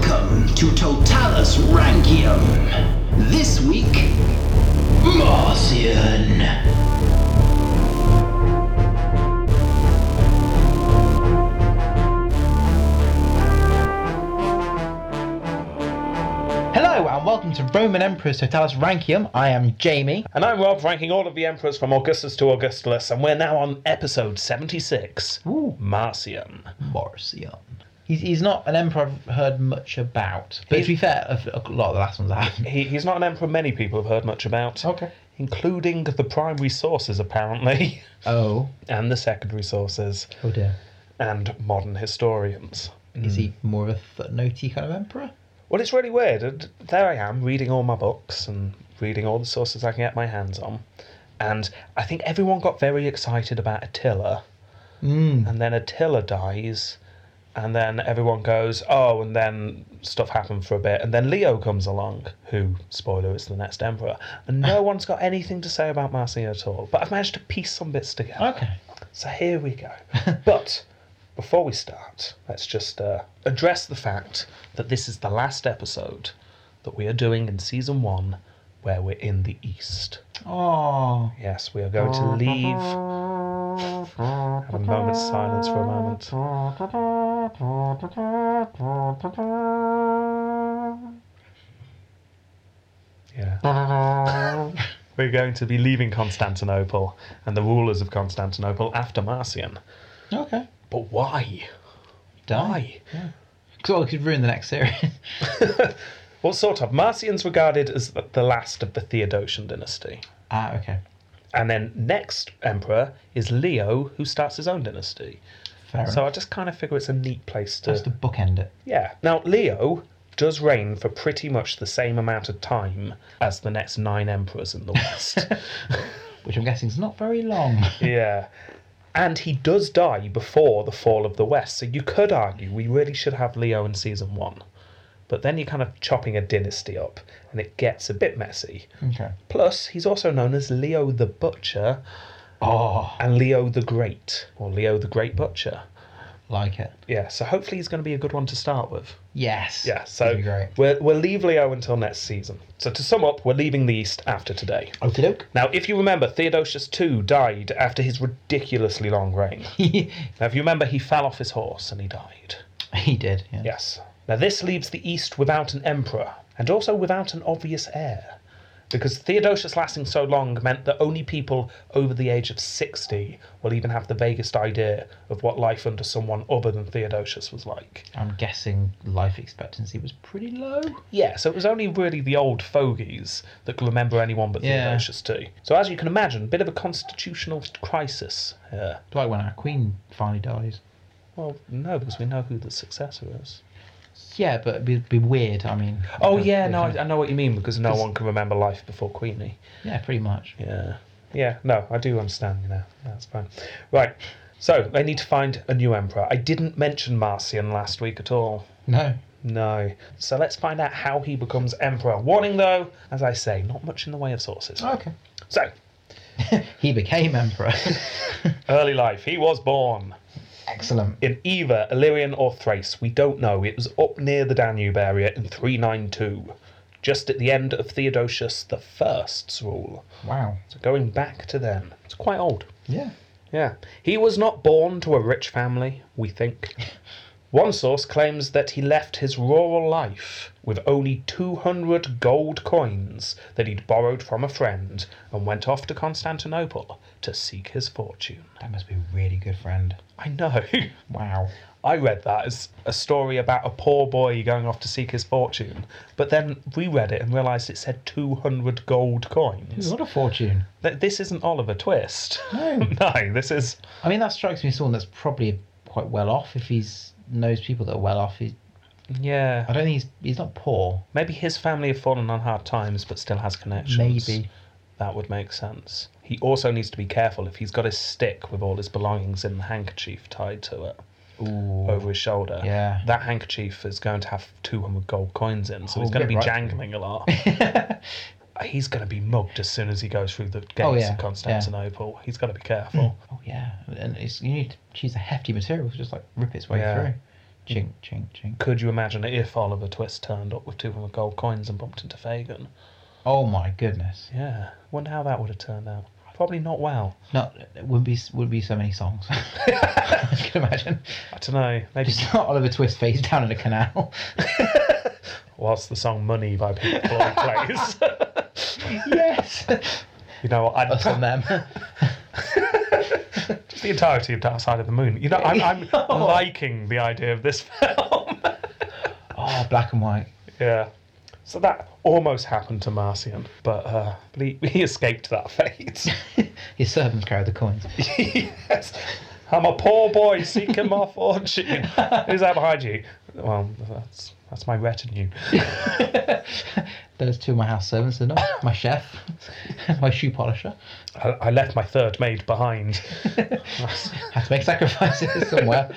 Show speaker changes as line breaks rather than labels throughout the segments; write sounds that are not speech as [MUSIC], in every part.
to Totalis Rankium. This week, Marcion.
Hello and welcome to Roman Emperors Totalis Rankium. I am Jamie.
And I'm Rob, ranking all of the emperors from Augustus to Augustulus, and we're now on episode 76
Ooh.
Marcion.
Morrison. He's, he's not an emperor I've heard much about. But to be fair, a, a lot of the last ones I haven't.
He, he's not an emperor many people have heard much
[LAUGHS]
about,
Okay.
including the primary sources, apparently, [LAUGHS]
Oh.
and the secondary sources,
Oh dear. Hmm.
and modern historians.
Is he more of a footnotey kind of emperor?
Well, it's really weird. and There I am, reading all my books and reading all the sources I can get my hands on. And I think everyone got very excited about Attila.
Mm.
and then Attila dies, and then everyone goes, oh, and then stuff happened for a bit, and then Leo comes along, who, spoiler, is the next emperor, and no one's got anything to say about Marcion at all. But I've managed to piece some bits together.
Okay.
So here we go. but before we start, let's just uh, address the fact that this is the last episode that we are doing in season one, where we're in the east.
Oh.
Yes, we are going to leave. Have a moment's silence for a moment. Yeah. We're going to be leaving Constantinople and the rulers of Constantinople after Marcion.
Okay.
But why?
Die.
Why?
Because well, it could ruin the next series. [LAUGHS]
Well, sort of. Marcion's regarded as the the last of the Theodosian dynasty.
ah, okay.
And then next emperor is Leo, who starts his own dynasty.
Fair
So I
enough.
just kind of figure it's a neat place to.
Just to bookend it.
Yeah. Now, Leo does reign for pretty much the same amount of time as the next nine emperors in the West.
Which I'm guessing is not very [LAUGHS] long.
yeah. And he does die before the fall of the West. So you could argue we really should have Leo in season one. But then you're kind of chopping a dynasty up and it gets a bit messy.
okay.
Plus, he's also known as Leo the Butcher
Oh,
and Leo the Great, or Leo the Great Butcher.
like it.
Yeah, so hopefully he's going to be a good one to start with.
Yes.
Yeah,
That'd
so
be great.
we'll, we'll leave Leo until next season. So to sum up, we're leaving the East after today.
Okie doke.
Now, if you remember, Theodosius II died after his ridiculously long [LAUGHS] reign.
[LAUGHS] he
Now, if you remember, he fell off his horse and he died.
did. Yeah.
Yes. Now, this leaves the East without an emperor and also without an obvious heir. Because Theodosius lasting so long meant that only people over the age of 60 will even have the vaguest idea of what life under someone other than Theodosius was like.
I'm guessing life expectancy was pretty low.
Yeah, so it was only really the old fogies that could remember anyone but
Yeah.
Theodosius too. So as you can imagine, bit of a constitutional crisis here.
Like when our queen finally dies.
Well, no, because we know who the successor is.
Yeah, but it'd be, be weird. I mean.
Oh
if-
yeah,
if-
no, I, I know what you mean because no
Because-
one can remember life before Queenie.
Yeah, pretty much.
Yeah, yeah, no, I do understand you now. That's fine. Right, so they need to find a new emperor. I didn't mention Marcion last week at all.
No.
No. So let's find out how he becomes emperor. Warning though, as I say, not much in the way of sources.
Oh, Okay.
So,
He became [LAUGHS] emperor.
Early life. He was born
Excellent.
in either Illyrian or Thrace. We don't know. It was up near the Danube area in 392, just at the end of Theodosius the First's rule.
Wow.
So going back to then. It's quite old.
Yeah.
Yeah. He was not born to a rich family, we think. One source claims that he left his rural life with only 200 gold coins that he'd borrowed from a friend and went off to Constantinople to seek his fortune.
That must be a really good friend.
I know. [LAUGHS]
Wow.
I read that as a story about a poor boy going off to seek his fortune, but then reread it and realised it said 200 gold coins.
What a fortune.
Th- This isn't Oliver Twist.
No.
[LAUGHS] no, this is.
I mean, that strikes me as someone that's probably quite well off. If he's knows people that are well off, he's, I
Yeah.
don't think he's he's not poor.
Maybe his family have fallen on hard times but still has connections.
Maybe.
That would make sense. He also needs to be careful if he's got his stick with all his belongings in the handkerchief tied to it
Ooh.
over his shoulder.
Yeah.
That handkerchief is going to have 200 gold coins in, so
Oh,
he's going
get
to be
right.
jangling a
[LAUGHS]
lot. he's going to be mugged as soon as he goes through the gates
Oh, yeah, Hmm.
of Constantinople. He's got to be careful.
Oh yeah, and it's you need to choose a hefty material to just like rip its way
Yeah.
through. Chink, chink, chink.
Could you imagine if Oliver Twist turned up with 200 gold coins and bumped into Fagin?
Oh my goodness.
Yeah. Wonder how that would have turned out. Probably not well.
Not it would be would be so many songs. [LAUGHS] I can imagine.
I don't know. Maybe
Just not Oliver Twist face down in a canal. [LAUGHS]
whilst the song Money by Pink Floyd plays.
yes.
you know what? I'd
Us and them.
Just the entirety of Dark Side of the Moon. You know, I'm, I'm
Oh.
liking the idea of this [LAUGHS] film.
Oh, black and white. [LAUGHS]
yeah. So that almost happened to Marcion, but, uh, but he, he escaped that fate.
His servants carry the coins.
yes. I'm a poor boy seeking my fortune. Who's that behind you? Well, that's that's my retinue.
Those two of my house servants are not my chef, [LAUGHS] my shoe polisher.
I, I left my third maid behind.
Had to make sacrifices somewhere.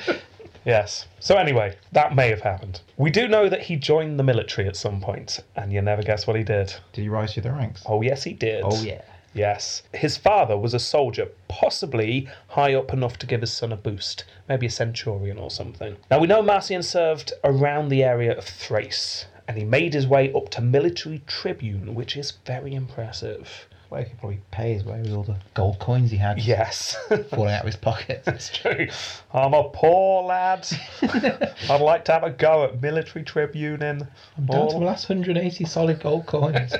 yes. So anyway, that may have happened. We do know that he joined the military at some point, and you never guess what he did.
Did you rise through the ranks?
Oh yes, he did.
Oh yeah.
Yes. His father was a soldier, possibly high up enough to give his son a boost, maybe a centurion or something. Now, we know Marcion served around the area of Thrace, and he made his way up to military tribune, which is very impressive.
Well, he could probably pay his way with all the gold coins he had
Yes, [LAUGHS]
falling out of his [LAUGHS] pockets.
it's true. I'm a
[LAUGHS]
poor lad. I'd like to have a go at military tribune. In
Down to the last 180 solid gold coins.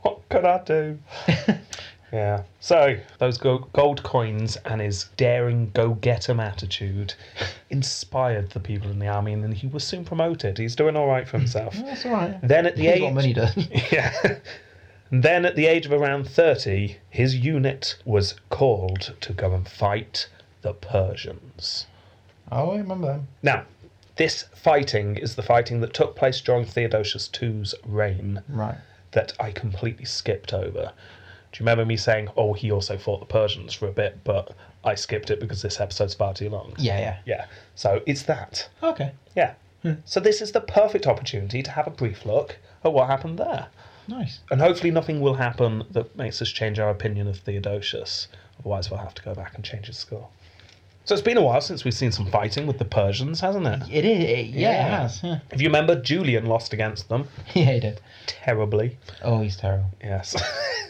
what could I do? yeah. So those go- gold coins and his daring go get 'em attitude inspired the people in the army, and then he was soon promoted. He's doing all right for himself.
[LAUGHS] That's all right.
then at the
Here's what
age,
money does.
[LAUGHS] yeah. Then at the age of around thirty, his unit was called to go and fight the Persians.
[LAUGHS] Oh, I remember them.
Now, this fighting is the fighting that took place during Theodosius II's reign
Right.
that I completely skipped over. Do you remember me saying, oh, he also fought the Persians for a bit, but I skipped it because this episode's far too long?
Yeah,
Yeah. So it's that.
yeah. Okay.
Yeah.
Hmm.
So this is the perfect opportunity to have a brief look at what happened there.
Nice.
And hopefully nothing will happen that makes us change our opinion of Theodosius. Otherwise, we'll have to go back and change his score. So it's been a while since we've seen some fighting with the Persians, hasn't it?
It is. It, yeah,
Yeah.
it has. Yeah.
If you remember, Julian lost against them
[LAUGHS] yeah, he did.
terribly.
Oh, he's terrible.
Yes.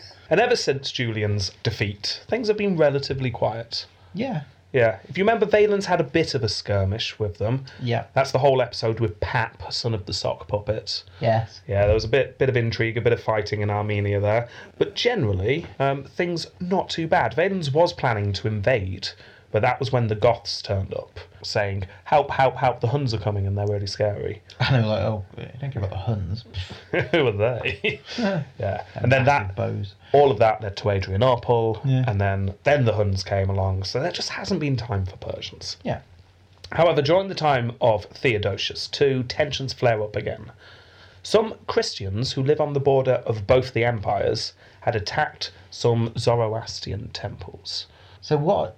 [LAUGHS] and ever since Julian's defeat, things have been relatively quiet.
Yeah.
Yeah. If you remember, Valen's had a bit of a skirmish with them.
Yeah.
That's the whole episode with Pap, son of the sock puppet.
Yes. [LAUGHS]
Yeah, there was a bit bit of intrigue, a bit of fighting in Armenia there. But generally, um, things not too bad. Valen's was planning to invade, but that was when the Goths turned up, saying, Help, help, help, the Huns are coming and they're really scary. [LAUGHS]
And they were like, oh, don't care about the [LAUGHS] Huns.
Who are they? [LAUGHS] yeah. And then that
bows.
all of that led to Adrianople,
Yeah.
and then then the Huns came along. So there just hasn't been time for Persians.
Yeah.
However, during the time of Theodosius II, tensions flare up again. Some Christians who live on the border of both the empires had attacked some Zoroastrian temples.
So what?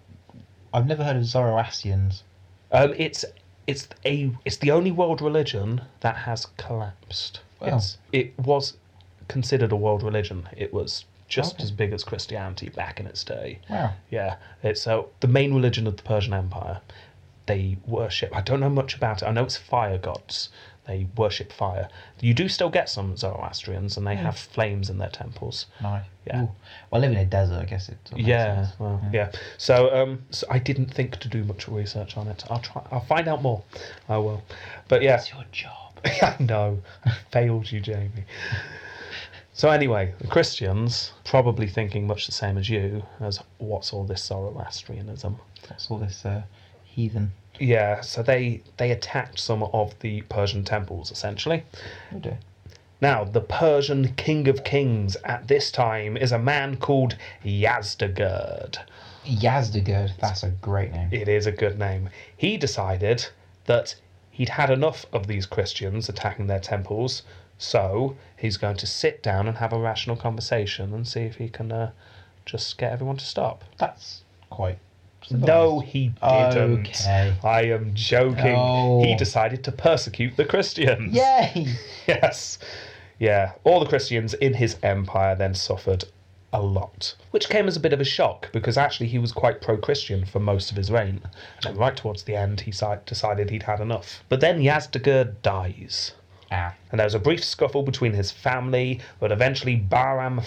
I've never heard of Zoroastrians.
Um, it's it's a it's the only world religion that has collapsed.
Wow.
It's, it was considered a world religion. It was just
Okay.
as big as Christianity back in its day.
Wow.
Yeah, it's uh, the main religion of the Persian Empire. They worship. I don't know much about it. I know it's fire gods. They worship fire. You do still get some Zoroastrians, and they
Hmm.
have flames in their temples.
Nice.
Yeah.
Ooh. Well, I live in a desert. I guess it. sort of makes
Yeah,
sense.
well, yeah. So, um, so I didn't think to do much research on it. I'll try. I'll find out more. I will. But yeah, [LAUGHS]
It's your job.
I know. I failed you, Jamie. So anyway, the Christians probably thinking much the same as you as what's all this Zoroastrianism?
What's all this uh, heathen?
Yeah, so they they attacked some of the Persian temples essentially.
Oh dear.
Now, the Persian king of kings at this time is a man called Yazdegerd.
Yazdegerd. That's a great name.
It is a good name. He decided that he'd had enough of these Christians attacking their temples, so he's going to sit down and have a rational conversation and see if he can uh, just get everyone to stop.
That's quite.
No, he didn't.
Okay.
I am joking.
Oh.
He decided to persecute the Christians.
Yay!
[LAUGHS] Yes. Yeah. All the Christians in his empire then suffered a lot, which came as a bit of a shock because actually he was quite pro Christian for most of his reign. And then right towards the end, he si- decided he'd had enough. But then Yazdegerd dies.
Ah.
And there's a brief scuffle between his family, but eventually Bahram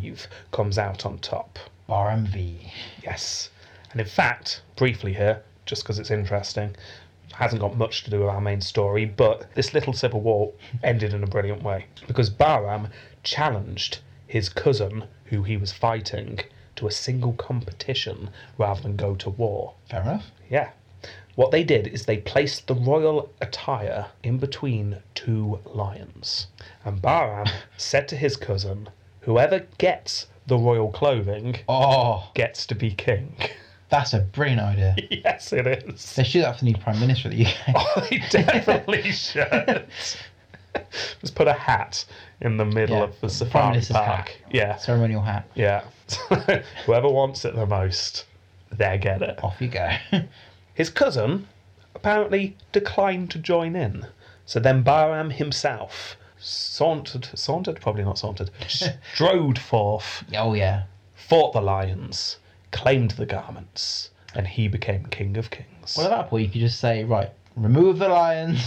V comes out on top.
Baram V.
Yes. And in fact, briefly here, just because it's interesting, hasn't got much to do with our main story, but this little civil war ended in a brilliant way because Bahram challenged his cousin, who he was fighting, to a single competition rather than go to war.
Fair enough.
Yeah. What they did is they placed the royal attire in between two lions. And Bahram said to his cousin, Whoever gets the royal clothing
Oh,
gets to be king.
that's a brilliant idea.
yes, it is. [LAUGHS]
They should do that for the new Prime Minister of the UK.
I definitely should. Just put a hat in the middle
Yeah,
of the
Prime
safari
Minister's
park.
hat.
Yeah,
Ceremonial hat.
yeah. [LAUGHS] Whoever wants it the most, they get it.
Off you go. [LAUGHS]
His cousin apparently declined to join in. So then Bahram himself sauntered, sauntered, probably not sauntered, strode forth,
oh, yeah.
fought the lions, claimed the garments, and he became king of kings.
Well, at that point, you could just say, right, remove the lions.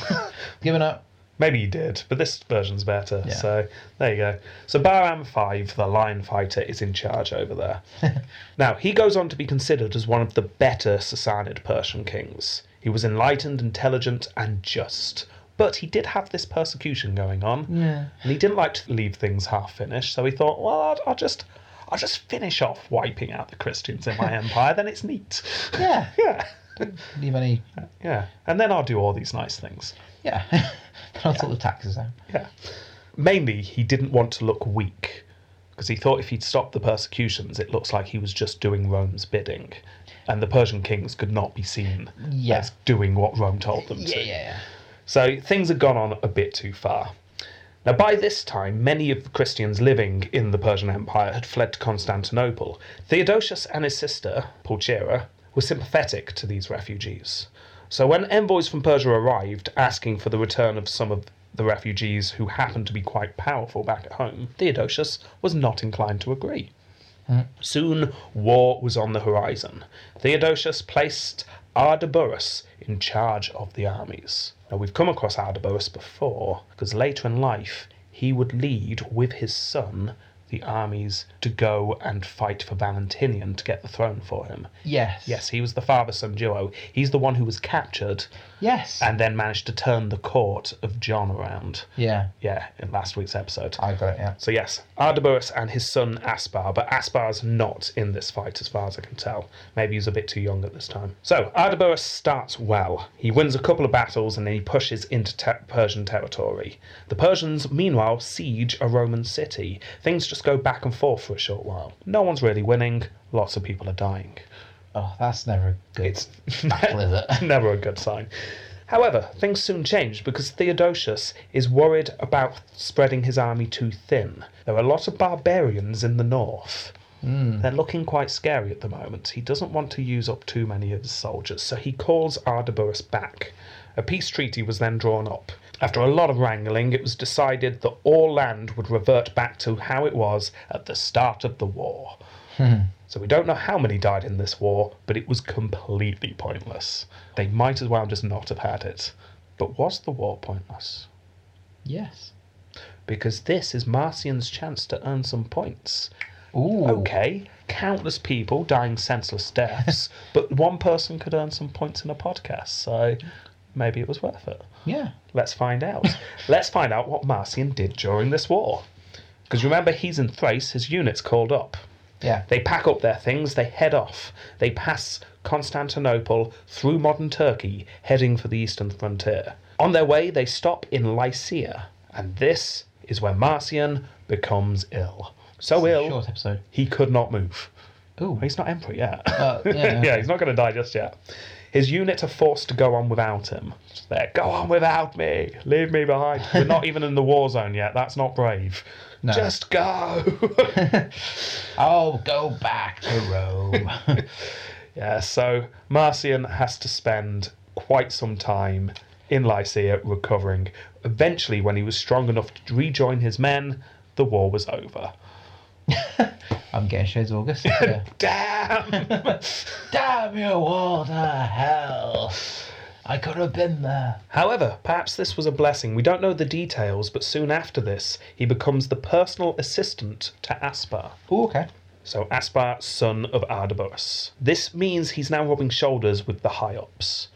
[LAUGHS] Given up.
Maybe you did, but this version's better.
Yeah.
So there you go. So Bahram Five, the lion fighter, is in charge over
[LAUGHS]
there. now he goes on to be considered as one of the better Sassanid Persian kings. He was enlightened, intelligent, and just. But he did have this persecution going on,
Yeah.
and he didn't like to leave things half finished. So he thought, well, I'll, I'll just, I'll just finish off wiping out the
[LAUGHS]
Christians in my empire. Then it's neat.
Yeah.
[LAUGHS] yeah,
Leave any.
yeah. And then I'll do all these nice things.
Yeah. [LAUGHS] then I'll sort the taxes out.
Yeah. Mainly, he didn't want to look weak because he thought if he'd stopped the persecutions, it looks like he was just doing Rome's bidding. And the Persian kings could not be seen
Yeah.
as doing what Rome told them
Yeah,
to.
yeah, yeah.
So things had gone on a bit too far. Now, by this time, many of the Christians living in the Persian Empire had fled to Constantinople. Theodosius and his sister, Pulcheria, were sympathetic to these refugees. So, when envoys from Persia arrived asking for the return of some of the refugees who happened to be quite powerful back at home, Theodosius was not inclined to agree. Soon war was on the horizon. Theodosius placed Ardaburus in charge of the armies. Now we've come across Ardaburus before, because later in life he would lead with his son the armies to go and fight for Valentinian to get the throne for him.
Yes.
Yes, he was the father son duo. He's the one who was captured
Yes.
and then managed to turn the court of John around.
yeah.
Yeah, in last week's episode.
I got it, yeah.
So yes, Ardaburus and his son Aspar, but Aspar's not in this fight as far as I can tell. Maybe he's a bit too young at this time. So Ardaburus starts well. He wins a couple of battles and then he pushes into te- Persian territory. The Persians, meanwhile, siege a Roman city. Things just go back and forth for a short while. No one's really winning. Lots of people are dying.
Oh, that's never good.
It's [LAUGHS]
battle, is it? [LAUGHS]
never a good sign. However, things soon changed because Theodosius is worried about spreading his army too thin. There are a lot of barbarians in the north. They're looking quite scary at the moment. He doesn't want to use up too many of his soldiers, so he calls Ardaburus back. A peace treaty was then drawn up. After a lot of wrangling, it was decided that all land would revert back to how it was at the start of the war. So we don't know how many died in this war, but it was completely pointless. They might as well just not have had it. But was the war pointless?
Yes.
Because this is Marcian's chance to earn some points.
Ooh.
Okay, countless people dying senseless deaths, but one person could earn some points in a podcast, so maybe it was worth it.
Yeah.
Let's find out. Let's find out what Marcian did during this war. Because remember, he's in Thrace, his unit's called up.
Yeah.
They pack up their things, they head off. They pass Constantinople through modern Turkey, heading for the eastern frontier. On their way, they stop in Lycia, and this is where Marcian becomes ill. So ill,
Short episode.
he could not move.
Ooh.
Well, he's not emperor yet. [LAUGHS]
Uh, yeah.
yeah, he's not going to die just yet. His unit are forced to go on without him. Just there, go on without me. Leave me behind. We're not even in the war zone yet. That's not brave.
No.
Just go. [LAUGHS]
Oh, go back to Rome. [LAUGHS]
Yeah, so Marcian has to spend quite some time in Lycia recovering. Eventually, when he was strong enough to rejoin his men, the war was over.
I'm getting shows
[LAUGHS]
August. Yeah.
Damn! [LAUGHS]
Damn you all to hell! I could have been there.
However, perhaps this was a blessing. We don't know the details, but soon after this, he becomes the personal assistant to Aspar.
Ooh, okay.
So Aspar, son of Ardaburus. This means he's now rubbing shoulders with the high ups.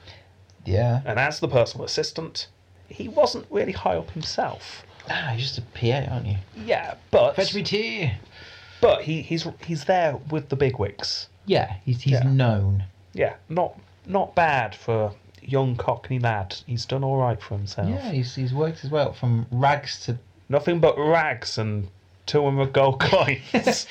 Yeah.
And as the personal assistant, he wasn't really high up himself.
Ah, you're just a PA, aren't you?
Yeah, but
Fetch me tea.
but he, he's he's there with the bigwigs.
Yeah, he's he's
Yeah.
known.
Yeah, not not bad for a young Cockney lad. He's done all right for himself.
Yeah, he's he's worked his way up from rags to
Nothing but rags and two hundred gold [LAUGHS] coins.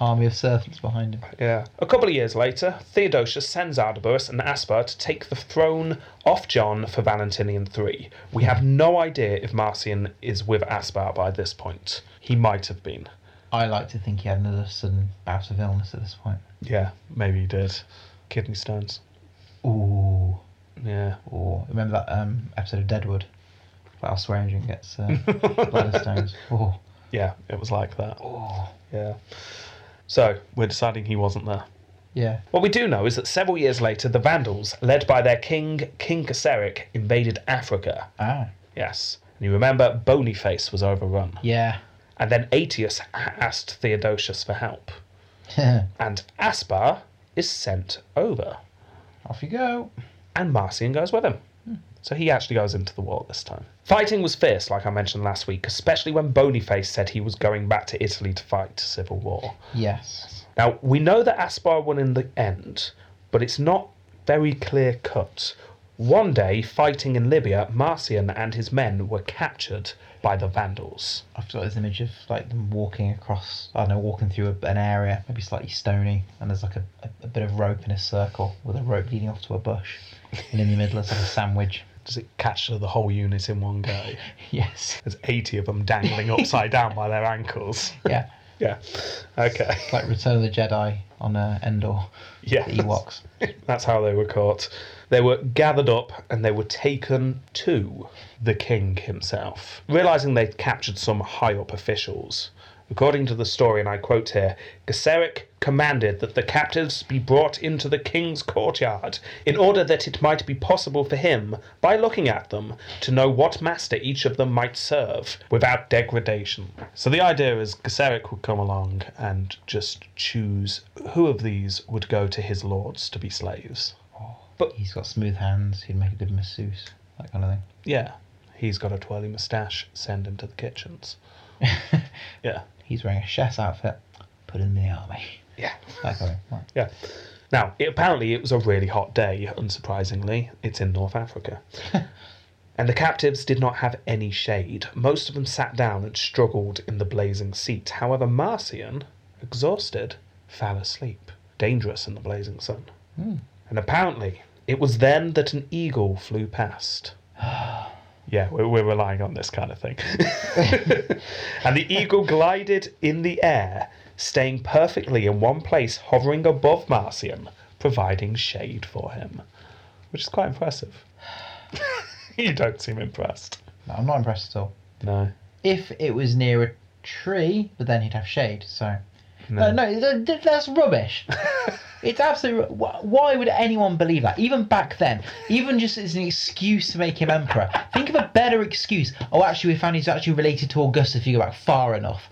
army of servants behind him.
Yeah. A couple of years later, Theodosius sends Ardaburus and Aspar to take the throne off John for Valentinian III. We have no idea if Marcian is with Aspar by this point. He might have been.
I like to think he had another sudden bout of illness at this point.
Yeah, maybe he did. Kidney stones.
Ooh.
Yeah.
Or remember that um, episode of Deadwood? Where Al Swearingen gets [LAUGHS] uh, bladder stones. Oh.
Yeah, it was like that.
oh.
Yeah. So, we're deciding he wasn't there.
Yeah.
What we do know is that several years later, the Vandals, led by their king, King Caesaric, invaded Africa.
Ah.
Yes. And you remember, Bonyface was overrun.
[LAUGHS] Yeah.
And then Aetius asked Theodosius for help. And Aspar is sent over.
Off you go.
And Marcian goes with him. So he actually goes into the war this time. Fighting was fierce, like I mentioned last week, especially when Bonyface said he was going back to Italy to fight civil war.
Yes.
Now, we know that Aspar won in the end, but it's not very clear cut. One day, fighting in Libya, Marcian and his men were captured by the Vandals.
I've got this image of like them walking across, I don't know, walking through a, an area, maybe slightly stony, and there's like a, a, a bit of rope in a circle with a rope leading off to a bush. And in the middle is like a sandwich.
Does it catch the whole unit in one go?
[LAUGHS] Yes.
There's 80 of them dangling upside down by their ankles. [LAUGHS]
Yeah.
Yeah. Okay.
It's like Return of the Jedi on uh, Endor.
Yeah.
The Ewoks.
[LAUGHS] That's how they were caught. They were gathered up and they were taken to the king himself. Realizing they'd captured some high up officials. According to the story, and I quote here, Gesseric commanded that the captives be brought into the king's courtyard in order that it might be possible for him, by looking at them, to know what master each of them might serve without degradation. So the idea is Gesseric would come along and just choose who of these would go to his lords to be slaves.
He's got smooth hands. He'd make a good masseuse. That kind of thing.
Yeah, he's got a twirly moustache, send him to the kitchens. yeah,
He's wearing a chef's outfit. Put him in the army.
yeah.
That kind of thing. Right.
Yeah. Now, it, apparently, it was a really hot day, unsurprisingly. It's in North Africa. and the captives did not have any shade. Most of them sat down and struggled in the blazing seat. However, Marcian, exhausted, fell asleep. Dangerous in the blazing sun. And apparently, it was then that an eagle flew past. Yeah, we're, we're relying on this kind of thing. [LAUGHS] and the eagle glided in the air, staying perfectly in one place, hovering above Marcian, providing shade for him, which is quite impressive. [LAUGHS] you don't seem impressed.
No, I'm not impressed at all.
No.
If it was near a tree, but then he'd have shade. So.
No.
No, no, th- th- that's rubbish. it's absolute. ru- wh- Why would anyone believe that? Even back then, even just as an excuse to make him emperor. Think of a better excuse. Oh, actually, we found he's actually related to Augustus if you go back far enough.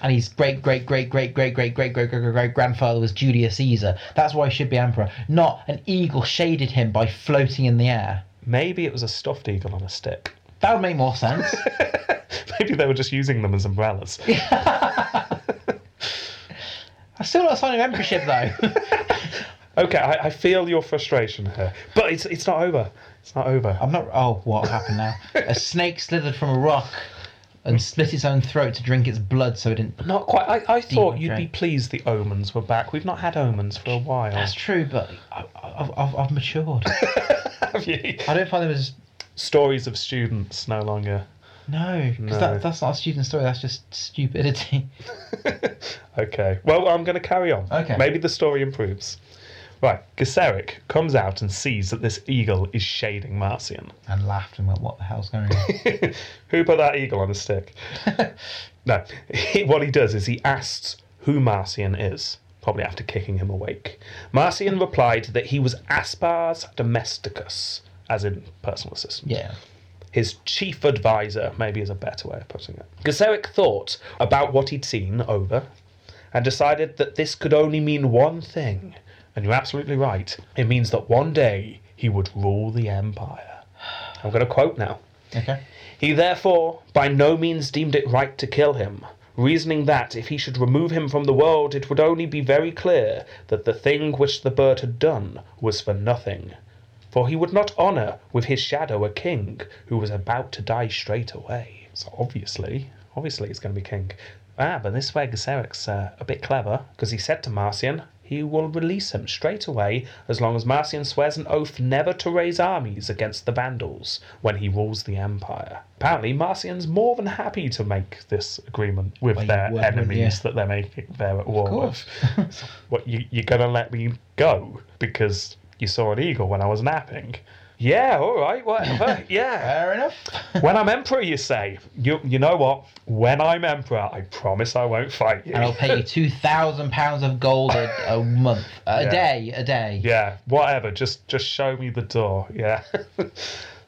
And his great, great, great, great, great, great, great, great, great, great, great grandfather was Julius Caesar. That's why he should be emperor. Not an eagle shaded him by floating in the air.
Maybe it was a stuffed eagle on a stick. [LAUGHS]
That would make more sense.
Maybe they were just using them as umbrellas.
That's still not a sign of emperorship, though.
Okay, I, I feel your frustration here. But it's, it's not over. It's not over.
I'm not. Oh, what happened now? a snake slithered from a rock and split its own throat to drink its blood, so it didn't.
Not quite. I, I thought you'd be
Dehydrate.
pleased the omens were back. We've not had omens for a while.
That's true, but I, I, I've, I've matured.
Have you?
I don't find them as
Stories of students no longer.
no, because
No.
that, that's not a student story. That's just stupidity.
Okay. Well, I'm going to carry on.
Okay.
Maybe the story improves. Right, Gesseric comes out and sees that this eagle is shading Marcion. [LAUGHS]
And laughed and went, what the hell's going on?
Who put that eagle on a stick? no, he, what he does is he asks who Marcion is, probably after kicking him awake. Marcion replied that he was Aspar's domesticus, as in personal assistant.
yeah.
His chief advisor, maybe is a better way of putting it. Gesseric thought about what he'd seen over and decided that this could only mean one thing. And you're absolutely right. It means that one day he would rule the empire. I'm going to quote now.
Okay.
He therefore by no means deemed it right to kill him, reasoning that if he should remove him from the world, it would only be very clear that the thing which the bird had done was for nothing. For he would not honour with his shadow a king who was about to die straight away. So obviously, obviously he's going to be king. Ah, but this way Gaceric's uh, a bit clever, because he said to Marcion, he will release him straight away as long as Marcion swears an oath never to raise armies against the Vandals when he rules the Empire. Apparently, Marcion's more than happy to make this agreement with
Well, you
their
would, wouldn't
enemies
you?
that they're making they're at war
course.
with. So, [LAUGHS] what you, you're gonna let me go because you saw an eagle when I was napping? Yeah, all right,
[LAUGHS]
whatever. yeah,
Fair enough.
when I'm emperor, you say. You you know what? When I'm emperor, I promise I won't fight you.
and I'll pay you two thousand pounds of gold a, a month, a
Yeah.
day, a day.
yeah, whatever. Just just show me the door. Yeah. [LAUGHS]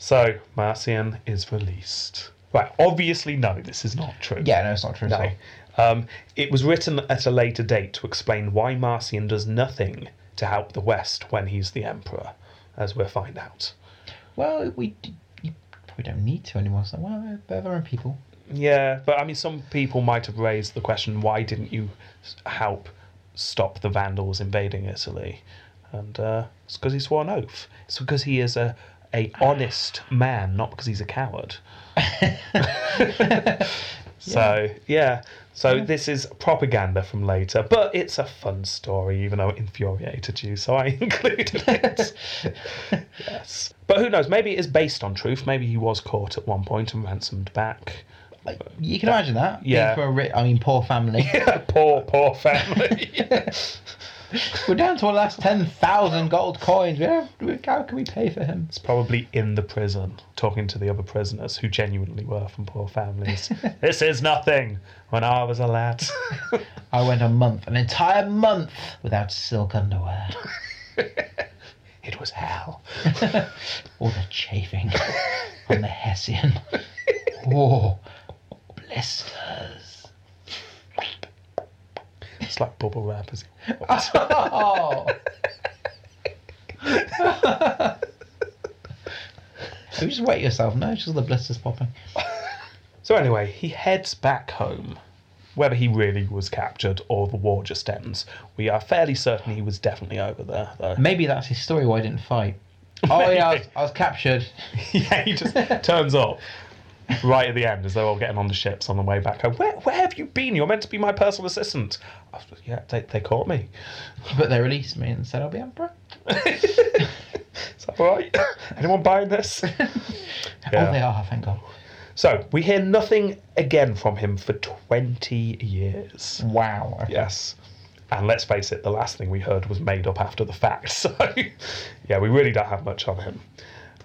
so Marcion is released. Right. Obviously, no, this is not true.
Yeah, no, it's not true. at
No.
all.
Um, it was written at a later date to explain why Marcion does nothing to help the West when he's the emperor, as we'll find out.
Well, we d- you probably don't need to anymore. So, well, they're- they're their own people.
Yeah, but I mean, some people might have raised the question why didn't you s- help stop the Vandals invading Italy? And uh, it's because he swore an oath. It's because he is a, a honest man, not because he's a coward. [LAUGHS] So, yeah. So, this is propaganda from later, but it's a fun story, even though it infuriated you, so I [LAUGHS] included it. yes. But who knows? Maybe it is based on truth. Maybe he was caught at one point and ransomed back.
Like, you can imagine that. being
Yeah.
For a ri- I mean, poor family.
[LAUGHS] poor, poor [LAUGHS] family.
We're down to our last ten thousand gold coins. We have, we- how can we pay for him?
it's probably in the prison talking to the other prisoners who genuinely were from poor [LAUGHS] families. this is nothing when I was a lad. [LAUGHS]
I went a month, an entire month, without silk underwear.
it was hell.
All the chafing on the Hessian. Oh, blisters.
It's like bubble wrap. Is it? [LAUGHS]
[LAUGHS] Oh. so just wet yourself. No, it's just the blisters popping.
So, anyway, he heads back home. Whether he really was captured or the war just ends, we are fairly certain he was definitely over there, though.
Maybe that's his story why I didn't fight. Oh yeah, I was, I was captured.
[LAUGHS] yeah, he just turns up right at the end as they're all getting on the ships on the way back home. Where, where have you been? You're meant to be my personal assistant. I was, yeah, they, they caught me.
But they released me and said I'll be emperor.
Is that all right? [COUGHS] Anyone buying this? Yeah.
Oh they are, thank God.
So we hear nothing again from him for 20 years.
Wow. okay.
Yes. And let's face it, the last thing we heard was made up after the fact. [LAUGHS] So, yeah, we really don't have much on him.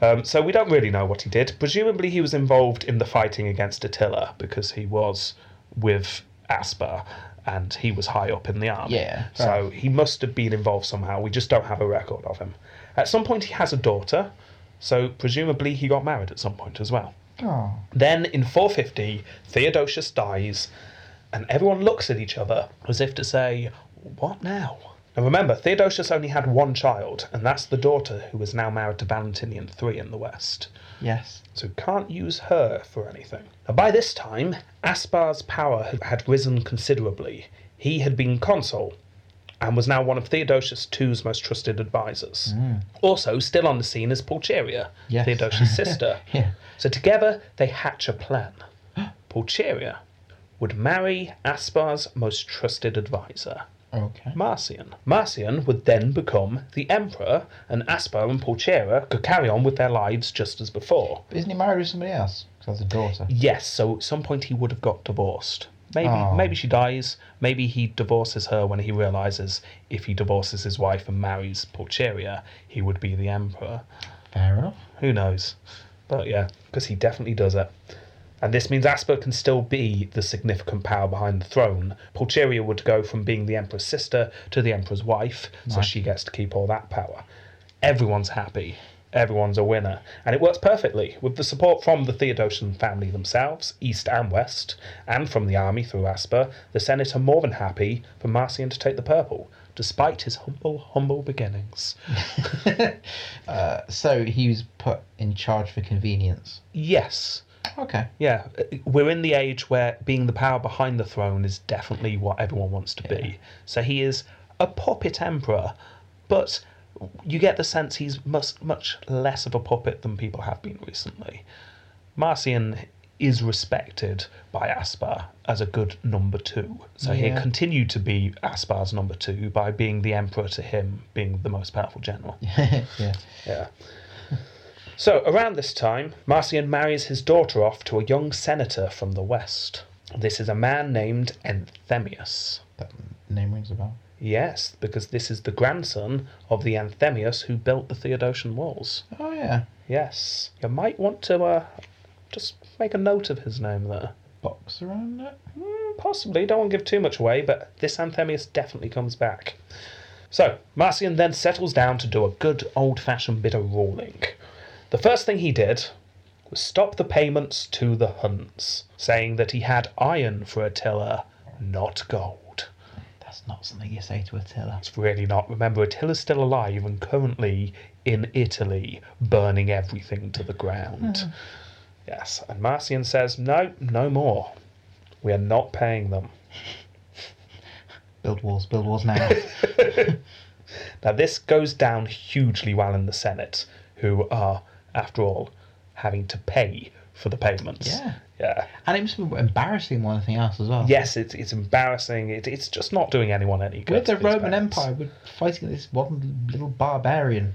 Um, so, we don't really know what he did. Presumably, he was involved in the fighting against Attila because he was with Aspar and he was high up in the army.
Yeah,
So, he must have been involved somehow. We just don't have a record of him. At some point, he has a daughter. So, presumably, he got married at some point as well.
Oh.
Then in 450, Theodosius dies, and everyone looks at each other as if to say, What now? And remember, Theodosius only had one child, and that's the daughter who is now married to Valentinian III in the West.
Yes.
So can't use her for anything. Now, by this time, Aspar's power had- had risen considerably. He had been consul and was now one of Theodosius II's most trusted advisors. Also, still on the scene is Pulcheria,
Yes. [LAUGHS]
Theodosius' sister.
Yeah.
So together they hatch a plan. [GASPS] Pulcheria would marry Aspar's most trusted advisor,
Okay.
Marcion. Marcion would then become the emperor, and Aspar and Pulcheria could carry on with their lives just as before.
But isn't he married with somebody else? Because that's a daughter.
Yes, so at some point he would have got divorced. Maybe
Oh.
maybe she dies. Maybe he divorces her when he realizes if he divorces his wife and marries Pulcheria, he would be the emperor.
Fair enough.
Who knows? But yeah, because he definitely does it. And this means Asper can still be the significant power behind the throne. Pulcheria would go from being the emperor's sister to the emperor's wife, so
Right.
she gets to keep all that power. Everyone's happy. Everyone's a winner. And it works perfectly with the support from the Theodosian family themselves, East and West, and from the army through Asper. The Senate are more than happy for Marcian to take the purple, despite his humble, humble beginnings.
Uh, so he was put in charge for convenience.
Yes,
Okay. [LAUGHS]
Yeah, uh, we're in the age where being the power behind the throne is definitely what everyone wants to be. So he is a puppet emperor, but you get the sense he's much, much less of a puppet than people have been recently. Marcian is respected by Aspar as a good number two. So
Yeah.
he continued to be Aspar's number two by being the emperor to him, being the most powerful general.
yeah.
Yeah. So, around this time, Marcian marries his daughter off to a young senator from the West. This is a man named Anthemius.
That name rings a bell.
Yes, because this is the grandson of the Anthemius who built the Theodosian walls.
Oh yeah.
Yes. You might want to uh, just make a note of his name there.
Box around it.
Mm, Possibly, don't want to give too much away, but this Anthemius definitely comes back. So, Marcian then settles down to do a good old fashioned bit of ruling. The first thing he did was stop the payments to the Huns, saying that he had iron for Attila, not gold.
That's not something you say to Attila.
It's really not. Remember, Attila's still alive and currently in Italy, burning everything to the ground. yes, and Marcian says, no, no more. We are not paying them.
Build walls. Build walls
[LAUGHS]
now.
Now, this goes down hugely well in the Senate, who are, after all, having to pay for the payments.
Yeah.
Yeah.
and it must be embarrassing more than anything else as well.
Yes, it's, it's embarrassing. It, it's just not doing anyone any good.
With the
these
Roman
payments.
Empire, we're fighting this one little barbarian.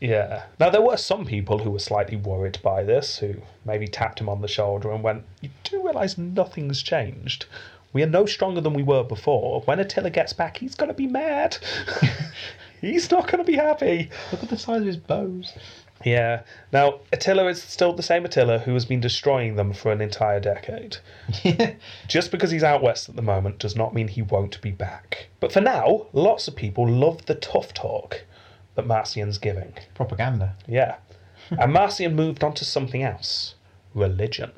Yeah. Now, there were some people who were slightly worried by this, who maybe tapped him on the shoulder and went, You do realise nothing's changed. We are no stronger than we were before. When Attila gets back, he's going to be mad. [LAUGHS] he's not going to be happy.
Look at the size of his bows.
Yeah. Now, Attila is still the same Attila who has been destroying them for an entire decade. Just because he's out west at the moment does not mean he won't be back. But for now, lots of people love the tough talk that Marcian's giving.
[LAUGHS] Propaganda.
Yeah. and Marcian moved on to something else religion.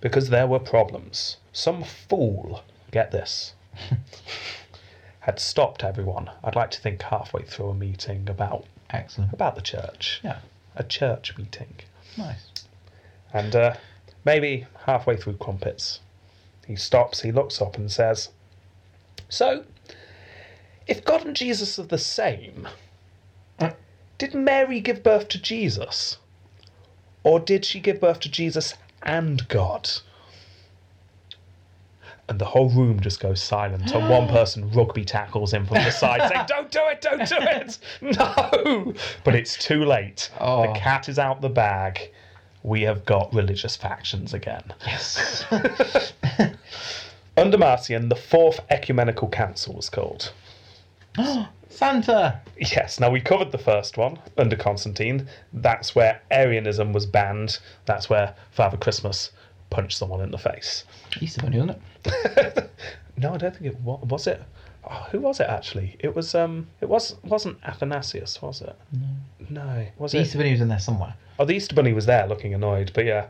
Because there were problems. Some fool, get this, had stopped everyone, I'd like to think halfway through a meeting about,
Excellent.
about the church.
Yeah.
A church meeting.
Nice.
And uh, maybe halfway through crumpets, he stops, he looks up and says, So, if God and Jesus are the same, did Mary give birth to Jesus? Or did she give birth to Jesus and God? And the whole room just goes silent. And one person rugby tackles him from the side, saying, Don't do it, don't do it! [LAUGHS] No! But it's too late.
Oh.
The cat is out the bag. We have got religious factions again.
Yes.
Under Marcian, the Fourth Ecumenical Council was called.
[LAUGHS] Santa.
Yes, now we covered the first one under Constantine. That's where Arianism was banned. That's where Father Christmas punched someone in the face.
Easter bunny, wasn't it?
No, I don't think it was. Was it? Oh, who was it actually? It was. Um, it was. Wasn't Athanasius? Was it? No. No. Was
The
it?
Easter bunny was in there somewhere.
Oh, the Easter Bunny was there looking annoyed, but yeah.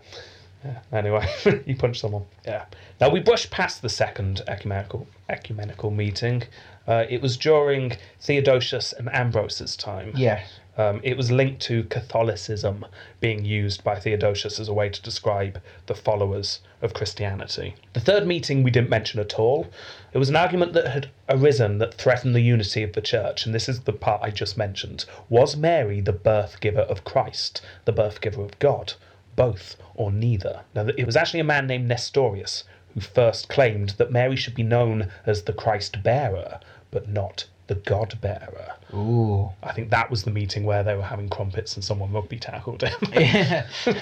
yeah. Anyway, [LAUGHS] he punched someone. Yeah. Now, we brushed past the second ecumenical, ecumenical meeting. Uh, it was during Theodosius and Ambrose's time.
Yes.
Um, it was linked to Catholicism being used by Theodosius as a way to describe the followers of Christianity. The third meeting we didn't mention at all. It was an argument that had arisen that threatened the unity of the church, and this is the part I just mentioned. Was Mary the birth giver of Christ, the birth giver of God? Both or neither? Now, it was actually a man named Nestorius who first claimed that Mary should be known as the Christ bearer, but not the God bearer.
Ooh.
I think that was the meeting where they were having crumpets and someone [LAUGHS] rugby tackled him.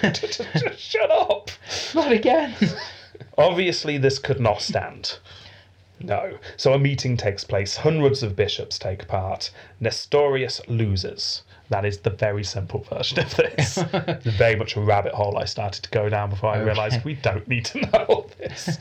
Not
Just Shut up!
[LAUGHS] again.
Obviously, this could not stand. No. So a meeting takes place. Hundreds of bishops take part. Nestorius loses. That is the very simple version of
[LAUGHS]
this. It's very much a rabbit hole I started to go down before I realised we don't need to know all this.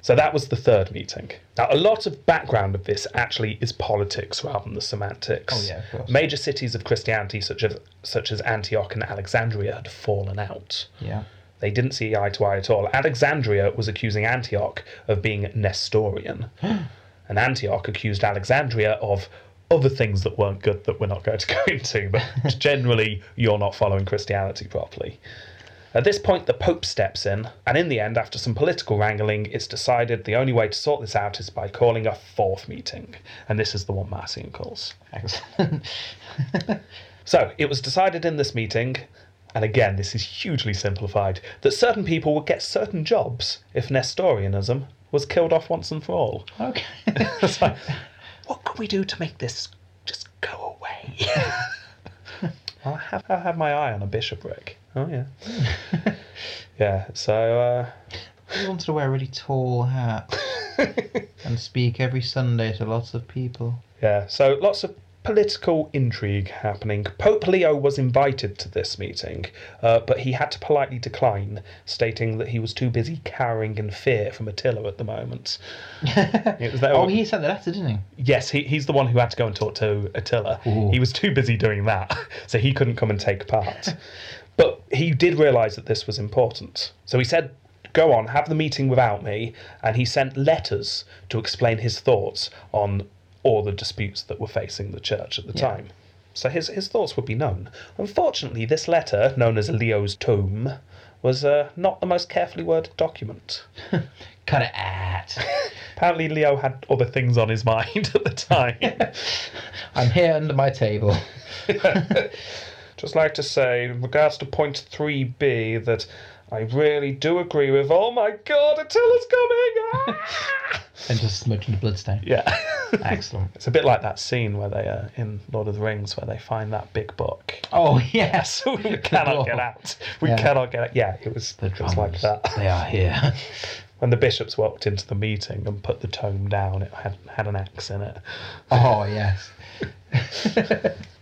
So that was the third meeting. Now, a lot of background of this actually is politics rather than the semantics.
Oh, yeah, of course.
Major cities of Christianity, such as such as Antioch and Alexandria, had fallen out.
Yeah.
They didn't see eye to eye at all. Alexandria was accusing Antioch of being Nestorian, and Antioch accused Alexandria of other things that weren't good that we're not going to go into, but generally, you're not following Christianity properly. At this point, the Pope steps in, and in the end, after some political wrangling, it's decided the only way to sort this out is by calling a fourth meeting, and this is the one Marcion calls.
Excellent. [LAUGHS]
So it was decided in this meeting, and again, this is hugely simplified, that certain people would get certain jobs if Nestorianism was killed off once and for all.
okay. [LAUGHS]
It's like, what could we do to make this just go away? [LAUGHS] I'll, have, I'll have my eye on a bishopric. Oh, yeah. yeah, so. Uh,
I wanted to wear a really tall [LAUGHS] hat and speak every Sunday to lots of people.
Yeah, so lots of political intrigue happening. Pope Leo was invited to this meeting, uh, but he had to politely decline, stating that he was too busy cowering in fear from Attila at
[LAUGHS]
the moment. It was that-
Oh, he sent the letter, didn't he?
Yes, he, he's the one who had to go and talk to Attila.
Ooh.
He was too busy doing that, [LAUGHS] so he couldn't come and take part. but he did realise that this was important. So he said, Go on, have the meeting without me. And he sent letters to explain his thoughts on all the disputes that were facing the church at the
Yeah.
time. So his, his thoughts would be known. Unfortunately, this letter, known as Leo's Tome, was uh, not the most carefully worded document.
Cut it [LAUGHS] out.
Apparently, Leo had other things on his [LAUGHS] mind at
[LAUGHS]
the time.
I'm here under my table.
Just like to say, in regards to point 3b, that I really do agree with. Oh my god, Attila's coming! Ah!
And just smudging the [LAUGHS] bloodstain.
yeah.
Excellent.
it's a bit like that scene where they are in Lord of the Rings where they find that big book. [LAUGHS]
Oh, yes.
So we cannot get out. We
Yeah.
cannot get out. Yeah, it was, it was like that. [LAUGHS]
They are here. [LAUGHS]
When the bishops walked into the meeting and put the tome down, it had, had an axe in it.
Oh, yes.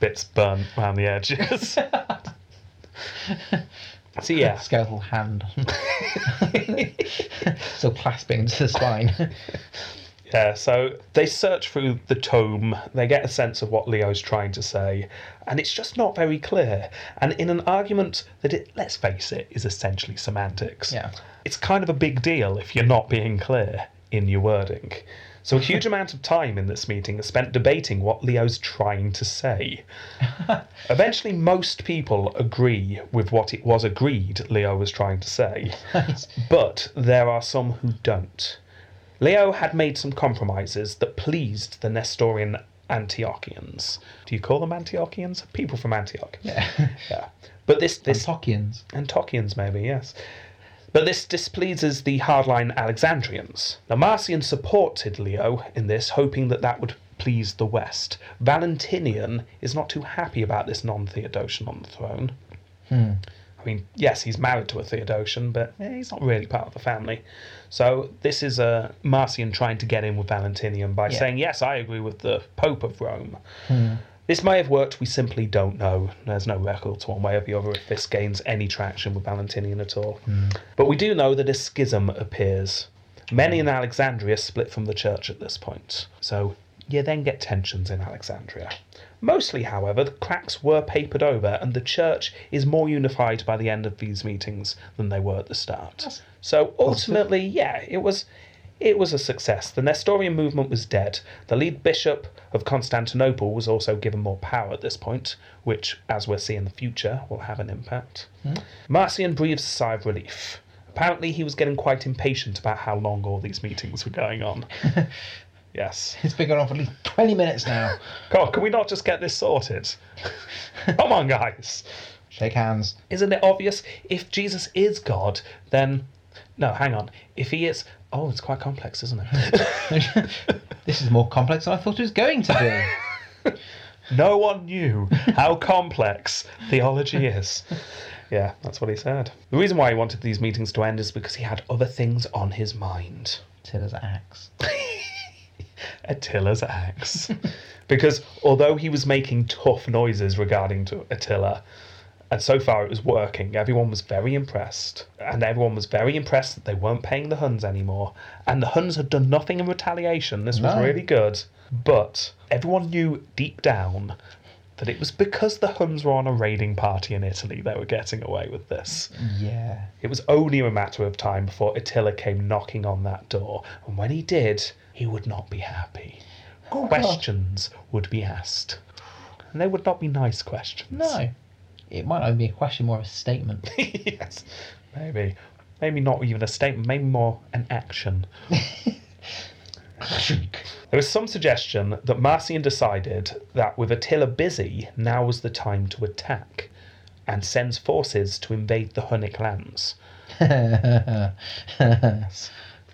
Bits burnt around the edges. [LAUGHS] so yeah,
Skeletal hand. [LAUGHS] Still clasping to the spine. [LAUGHS]
Yeah, so they search through the tome, they get a sense of what Leo's trying to say, and it's just not very clear. And in an argument that, it, let's face it, is essentially semantics,
Yeah.
it's kind of a big deal if you're not being clear in your wording. So a huge amount of time in this meeting is spent debating what Leo's trying to say. Eventually, most people agree with what it was agreed Leo was trying to say, but there are some who don't. Leo had made some compromises that pleased the Nestorian Antiochians. Do you call them Antiochians? People from Antioch.
Yeah.
Yeah. But this this
Tockians.
Antiochians maybe yes. But this displeases the hardline Alexandrians. Now, Marcion supported Leo in this, hoping that that would please the West. Valentinian is not too happy about this non-Theodosian on the throne. I mean, yes, he's married to a Theodosian, but eh, he's not really part of the family. So this is uh, Marcion trying to get in with Valentinian by
Yeah.
saying, yes, I agree with the Pope of Rome. This may have worked, we simply don't know. There's no records one way or the other if this gains any traction with Valentinian at all. But we do know that a schism appears. Many in Alexandria split from the church at this point. So you then get tensions in Alexandria. Mostly, however, the cracks were papered over, and the church is more unified by the end of these meetings than they were at the start. so ultimately, yeah, it was it was a success. The Nestorian movement was dead. The lead bishop of Constantinople was also given more power at this point, which, as we'll see in the future, will have an impact. Marcion breathes a sigh of relief. Apparently, he was getting quite impatient about how long all these meetings were going on. yes.
It's been going on for at least 20 minutes now.
God, can we not just get this sorted? Come on, guys.
Shake hands.
Isn't it obvious? If Jesus is God, then. No, hang on. If he is. Oh, it's quite complex, isn't it?
this is more complex than I thought it was going to be.
no one knew how complex theology is. Yeah, that's what he said. The reason why he wanted these meetings to end is because he had other things on his mind.
Tiller's axe.
Attila's axe. because although he was making tough noises regarding to Attila, and so far it was working, everyone was very impressed. And everyone was very impressed that they weren't paying the Huns anymore. And the Huns had done nothing in retaliation. This was
No.
really good. But everyone knew deep down that it was because the Huns were on a raiding party in Italy they were getting away with this.
Yeah.
It was only a matter of time before Attila came knocking on that door, and when he did, he would not be happy.
Oh, God.
questions would be asked, and they would not be nice questions.
No. It might not be a question, more of a statement.
[LAUGHS] yes, maybe. Maybe not even a statement, maybe more an
[LAUGHS]
action. there was some suggestion that Marcian decided that with Attila busy, now was the time to attack and sends forces to invade the Hunnic lands.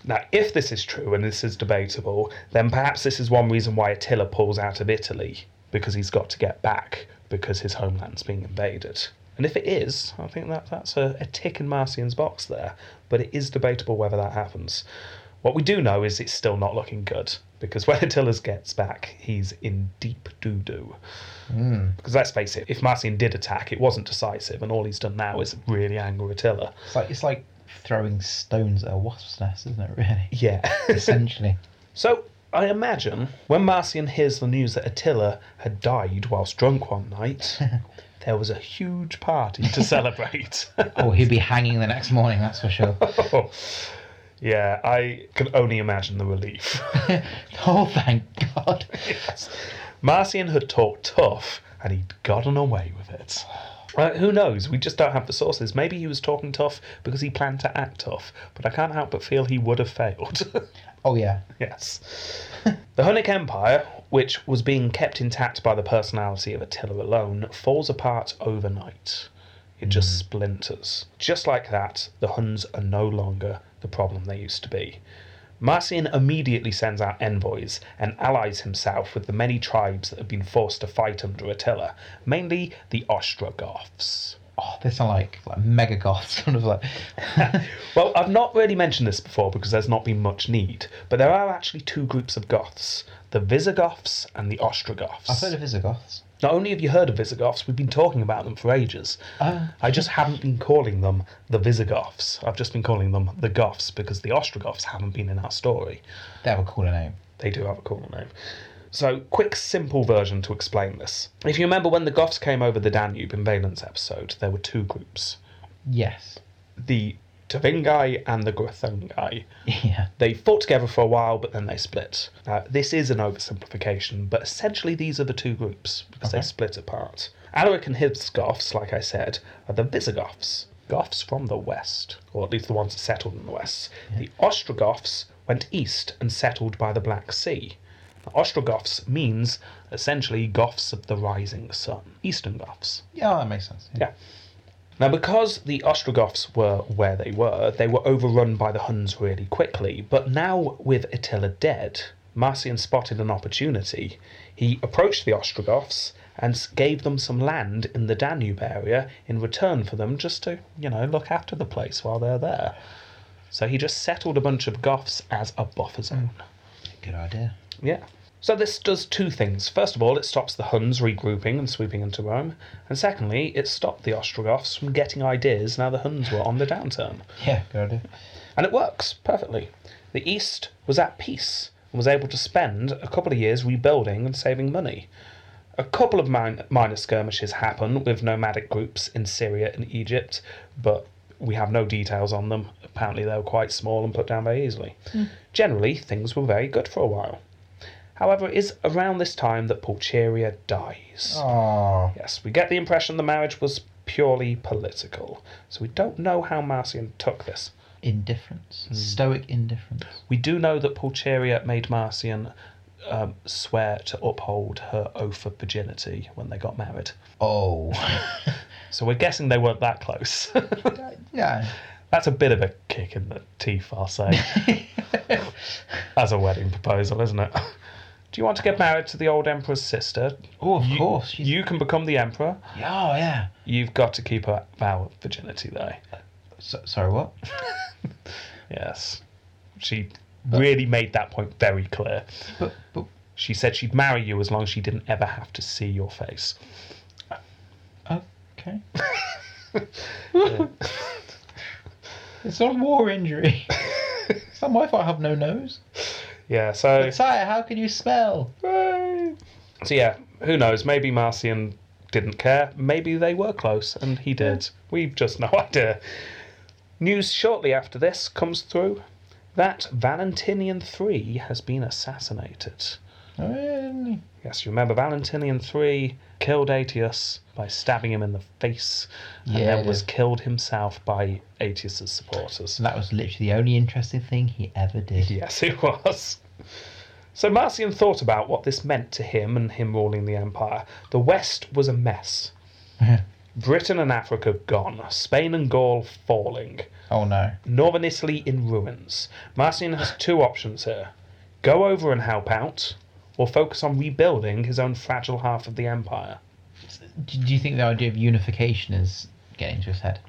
Now, if this is true and this is debatable, then perhaps this is one reason why Attila pulls out of Italy because he's got to get back because his homeland's being invaded. And if it is, I think that that's a, a tick in Marcian's box there, but it is debatable whether that happens. What we do know is it's still not looking good because [LAUGHS] when Attila gets back, he's in deep doo doo. Because let's face it, if Marcian did attack, it wasn't decisive, and all he's done now is really anger Attila.
It's like it's like throwing stones at a wasp's nest, isn't it? Really,
Yeah. [LAUGHS]
essentially.
So I imagine when Marcian hears the news that Attila had died whilst drunk one night, there was a huge party to celebrate. [LAUGHS]
Oh, he'd be hanging the next morning, that's for sure.
yeah, I can only imagine the relief. [LAUGHS]
oh, thank God.
Marcian had talked tough and he'd gotten away with it. Uh, who knows? We just don't have the sources. Maybe he was talking tough because he planned to act tough, but I can't help but feel he would have failed. [LAUGHS]
Oh yeah.
Yes. the Hunnic Empire, which was being kept intact by the personality of Attila alone, falls apart overnight. It just splinters. Just like that, the Huns are no longer the problem they used to be. Marcian immediately sends out envoys and allies himself with the many tribes that have been forced to fight under Attila, mainly the Ostrogoths.
Oh, they sound like like mega goths, [LAUGHS] sort of like.
Well, I've not really mentioned this before because there's not been much need, but there are actually two groups of Goths the Visigoths and the Ostrogoths.
I've heard of Visigoths.
Not only have you heard of Visigoths, we've been talking about them for ages.
Ah.
I just haven't been calling them the Visigoths. I've just been calling them the Goths because the Ostrogoths haven't been in our story.
They have a cooler name.
They do have a cool name. So, quick, simple version to explain this. If you remember when the Goths came over the Danube in Valence episode, there were two groups
Yes.
the Tvingai and the Grithungai.
[LAUGHS] Yeah.
They fought together for a while, but then they split. Now, this is an oversimplification, but essentially these are the two groups because they
Okay.
split apart. Alaric and his Goths, like I said, are the Visigoths, Goths from the west, or at least the ones that settled in the west. The Ostrogoths went east and settled by the Black Sea. Now, Ostrogoths means essentially Goths of the rising sun, Eastern Goths.
Yeah, that makes sense.
Yeah. Now, because the Ostrogoths were where they were, they were overrun by the Huns really quickly. But now, with Attila dead, Marcian spotted an opportunity. He approached the Ostrogoths and s- gave them some land in the Danube area in return for them just to, you know, look after the place while they're there. So he just settled a bunch of Goths as a buffer zone.
Good idea.
Yeah. So this does two things. First of all, it stops the Huns regrouping and sweeping into Rome, and secondly, it stopped the Ostrogoths from getting ideas now the Huns were on the downturn.
Yeah, good idea.
And it works perfectly. The East was at peace and was able to spend a couple of years rebuilding and saving money. A couple of min- minor skirmishes happen with nomadic groups in Syria and Egypt, but we have no details on them. Apparently, they were quite small and put down very easily. Generally, things were very good for a while. However, it is around this time that Pulcheria dies.
Oh.
Yes, we get the impression the marriage was purely political, so we don't know how Marcian took this.
Indifference. Stoic indifference.
We do know that Pulcheria made Marcian um, swear to uphold her oath of virginity when they got married.
[LAUGHS] Oh.
So we're guessing they weren't that close. [LAUGHS]
no.
That's a bit of a kick
[LAUGHS]
in the teeth, I'll say, as a wedding proposal, isn't it? Do you want to get married to the old emperor's sister?
Oh, of
you,
course. she's-
You can become the emperor.
Yeah, oh, yeah.
You've got to keep a vow of virginity, though.
So, sorry, what?
Yes. She really made that point very clear.
But, but
She said she'd marry you as long as she didn't ever have to see your face.
okay. [LAUGHS] it's not a war injury. [LAUGHS] it's not my fault I have no nose.
Yeah, so.
[LAUGHS] But sire, how can you smell?
So, yeah, who knows? Maybe Marcian didn't care. Maybe they were close and he did. We've just no [LAUGHS] idea. News shortly after this comes through that Valentinian III has been assassinated.
Really?
Yes, you remember Valentinian III killed Aetius by stabbing him in the face and
Yeah, I
then was
do.
killed himself by Aetius's supporters.
So that was literally the only interesting thing he ever did.
Yes, [LAUGHS] it was. So Marcian thought about what this meant to him and him ruling the empire. The West was a mess. Britain and Africa gone, Spain and Gaul falling,
oh no.
Northern Italy in ruins. Marcian has two options here go over and help out, or focus on rebuilding his own fragile half of the empire.
Do, do you think the idea of unification is getting into his head?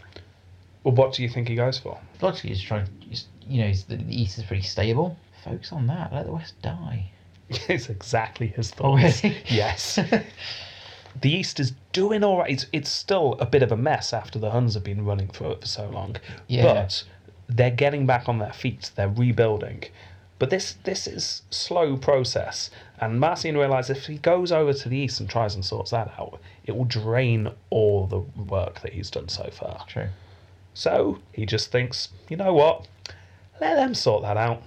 Well, what do you think he goes for? [LAUGHS]
Logically, he's trying. He's, you know, he's, the, the East is pretty stable. Focus on that. Let the West die. [LAUGHS]
It's exactly his
Oh,
thoughts.
really?
Yes. the East is doing all right. It's, it's still a bit of a mess after the Huns have been running through it for so long.
Yeah.
But they're getting back on their feet. They're rebuilding. But this this is slow process. And Marcian realizes if he goes over to the East and tries and sorts that out, it will drain all the work that he's done so far.
True.
So he just thinks, you know what? Let them sort that out.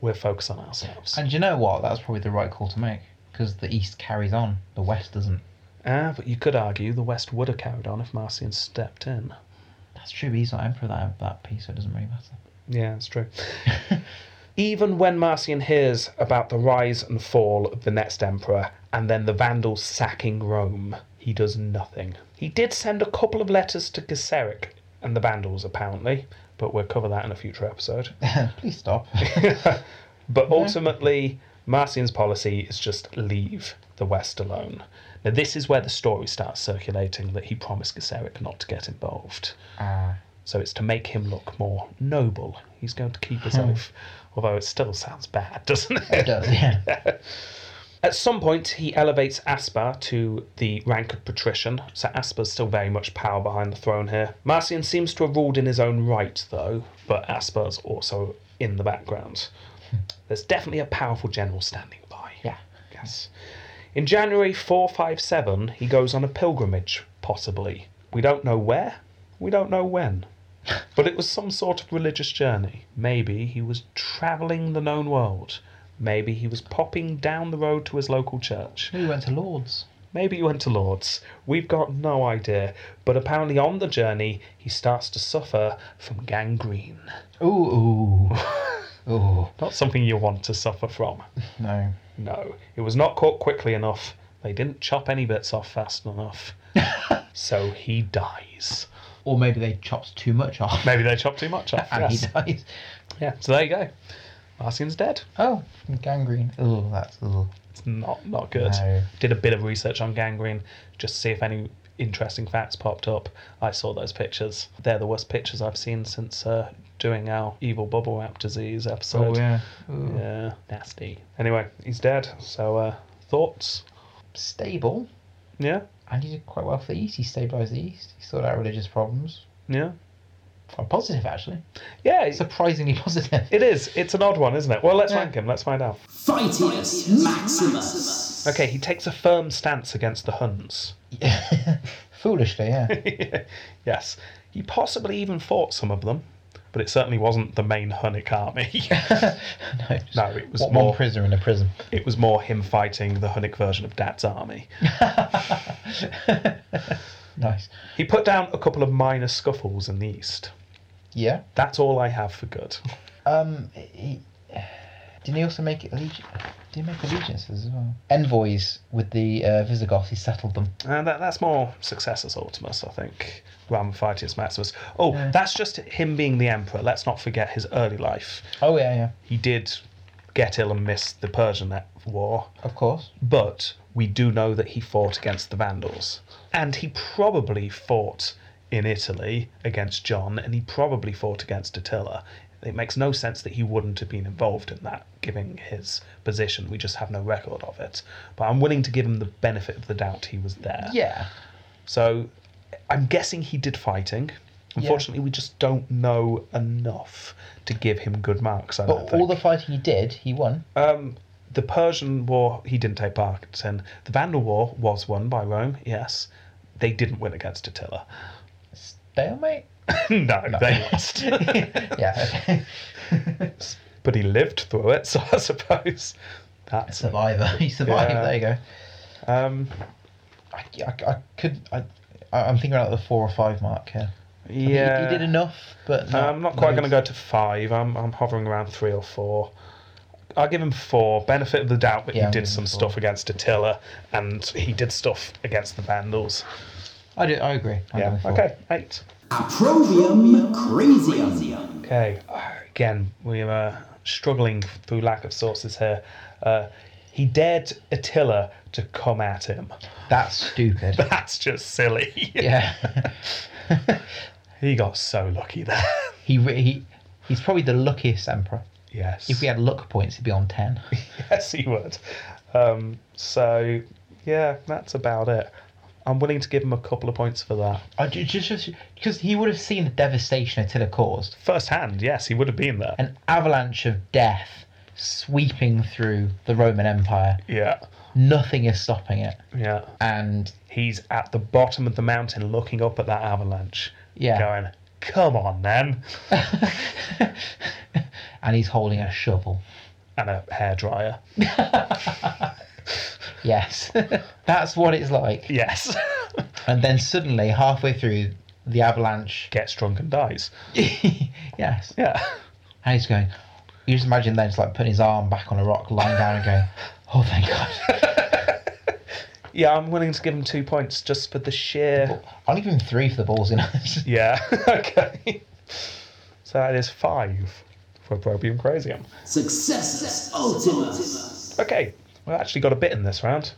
We'll focus on ourselves.
And you know what? That's probably the right call to make because the East carries on, the West doesn't.
Ah, but you could argue the West would have carried on if Marcian stepped in.
That's true. But he's not emperor of that that piece, so it doesn't really matter. [LAUGHS]
Yeah, that's true. Even when Marcian hears about the rise and fall of the next emperor and then the Vandals sacking Rome, he does nothing. He did send a couple of letters to Gesseric and the Vandals, apparently, but we'll cover that in a future episode.
Please stop. [LAUGHS]
But ultimately, Marcian's policy is just leave the West alone. Now, this is where the story starts circulating that he promised Gesseric not to get involved.
Ah,
So it's to make him look more noble. He's going to keep his oath, although it still sounds bad, [LAUGHS] doesn't it?
it does. Hmm. Yeah.
At some point, he elevates Aspar to the rank of patrician, so Aspar's still very much power behind the throne here. Marcian seems to have ruled in his own right, though, but Aspar's also in the background. There's definitely a powerful general standing by.
Hmm. Yeah.
Yes. In January 457, he goes on a pilgrimage, possibly. We don't know where, we don't know when. But it was some sort of religious journey. Maybe he was travelling the known world. Maybe he was popping down the road to his local church.
We went to Lords.
Maybe he went to Lord's. We've got no idea. But apparently, on the journey, he starts to suffer from gangrene.
Ooh. Ooh. Ooh.
Not something you want to suffer from.
No.
No, it was not caught quickly enough. They didn't chop any bits off fast enough. so he dies.
Or maybe they chopped too much off.
Maybe they chopped too much off.
[LAUGHS] And
yes.
he dies.
Yeah, so there you go. Marcian's dead.
Oh, gangrene. Oh, that's a little.
It's not not good.
No.
Did a bit of research on gangrene just to see if any interesting facts popped up. I saw those pictures. They're the worst pictures I've seen since uh, doing our evil bubble wrap disease episode.
Ooh.
Oh, Yeah, nasty. Anyway, he's dead. So uh, thoughts?
Stable.
Yeah,
And he did quite well for the East. He stabilised the East. He sorted out religious problems.
yeah,
Quite positive, actually.
yeah.
Surprisingly
[LAUGHS]
positive.
It is. It's an odd one, isn't it? Well, let's
Yeah.
rank him. Let's find out.
Fightius Maximus.
Okay, he takes a firm stance against the Huns. [LAUGHS]
[LAUGHS] Foolishly, yeah.
yes, he possibly even fought some of them, but it certainly wasn't the main Hunnic army. [LAUGHS]
no, just
no, it was
one-
more
one prisoner in a prison.
it was more him fighting the Hunnic version of Dad's army.
Nice.
He put down a couple of minor scuffles in the east.
Yeah.
That's all I have for good.
Um, he, didn't he also make allegiance? Did he make allegiances as well? Envoys with the uh, Visigoths. He settled them.
And that, that's more Successus Ultimus, I think, rather than Fightius Maximus. Oh,
Yeah.
that's just him being the emperor. Let's not forget his early life.
Oh yeah, yeah.
He did get ill and miss the Persian War,
Of course.
but we do know that he fought against the Vandals. And he probably fought in Italy against John, and he probably fought against Attila. It makes no sense that he wouldn't have been involved in that, given his position. We just have no record of it. But I'm willing to give him the benefit of the doubt he was there.
Yeah.
So I'm guessing he did fighting. Unfortunately, we just don't know enough to give him good marks. I don't
But all
think.
the fighting he did, he won.
Um, the Persian War, he didn't take part in. The Vandal War was won by Rome, yes. They didn't win against Attila. [LAUGHS]
Stalemate?
no, they
[LAUGHS]
lost.
Yeah.
[LAUGHS]
okay.
but he lived through it, so I suppose that's.
Survivor. [LAUGHS] He survived.
Yeah.
There you go.
Um,
I, I, I could. I, I- I'm thinking about the four or five mark here. He-
yeah. Uh,
He, did enough, but.
I'm not quite going to go to five. I'm, I'm hovering around three or four. I'll give him four. Benefit of the doubt that
Yeah,
he
I'm
did
giving
some
him four.
stuff against Attila and he did stuff against the Vandals.
I, do, I agree. I'm
Yeah.
going for
Okay, eight.
Approvium crazium.
Okay, uh, again, we are uh, struggling through lack of sources here. Uh, he dared Attila to come at him. [LAUGHS]
That's stupid.
That's just silly. [LAUGHS]
yeah. [LAUGHS]
He got so lucky there. [LAUGHS]
he, re- he He's probably the luckiest emperor.
yes. [LAUGHS]
If we had luck points, he'd be on 10.
yes, he would. Um, so, yeah, that's about it. I'm willing to give him a couple of points for that.
I ju- just Because he would have seen the devastation Attila caused
First hand, yes, he would have been there.
an avalanche of death sweeping through the Roman Empire.
Yeah,
Nothing is stopping it.
yeah.
And
He's at the bottom of the mountain looking up at that avalanche.
Yeah.
Going, come on then.
[LAUGHS] and he's holding a shovel.
And a hairdryer.
Yes. [LAUGHS] That's what it's like.
Yes. [LAUGHS]
And then suddenly, halfway through the avalanche, [LAUGHS]
Gets drunk and dies.
yes.
Yeah. [LAUGHS]
And he's going, you just imagine then just like putting his arm back on a rock, lying down and going, oh, thank God. [LAUGHS]
Yeah, I'm willing to give him two points just for the sheer.
I'll give him three for the balls in us.
Yeah, [LAUGHS] okay. So that is five for Probium Crazium.
Successus ultimus.
Okay, we've actually got a bit in this round.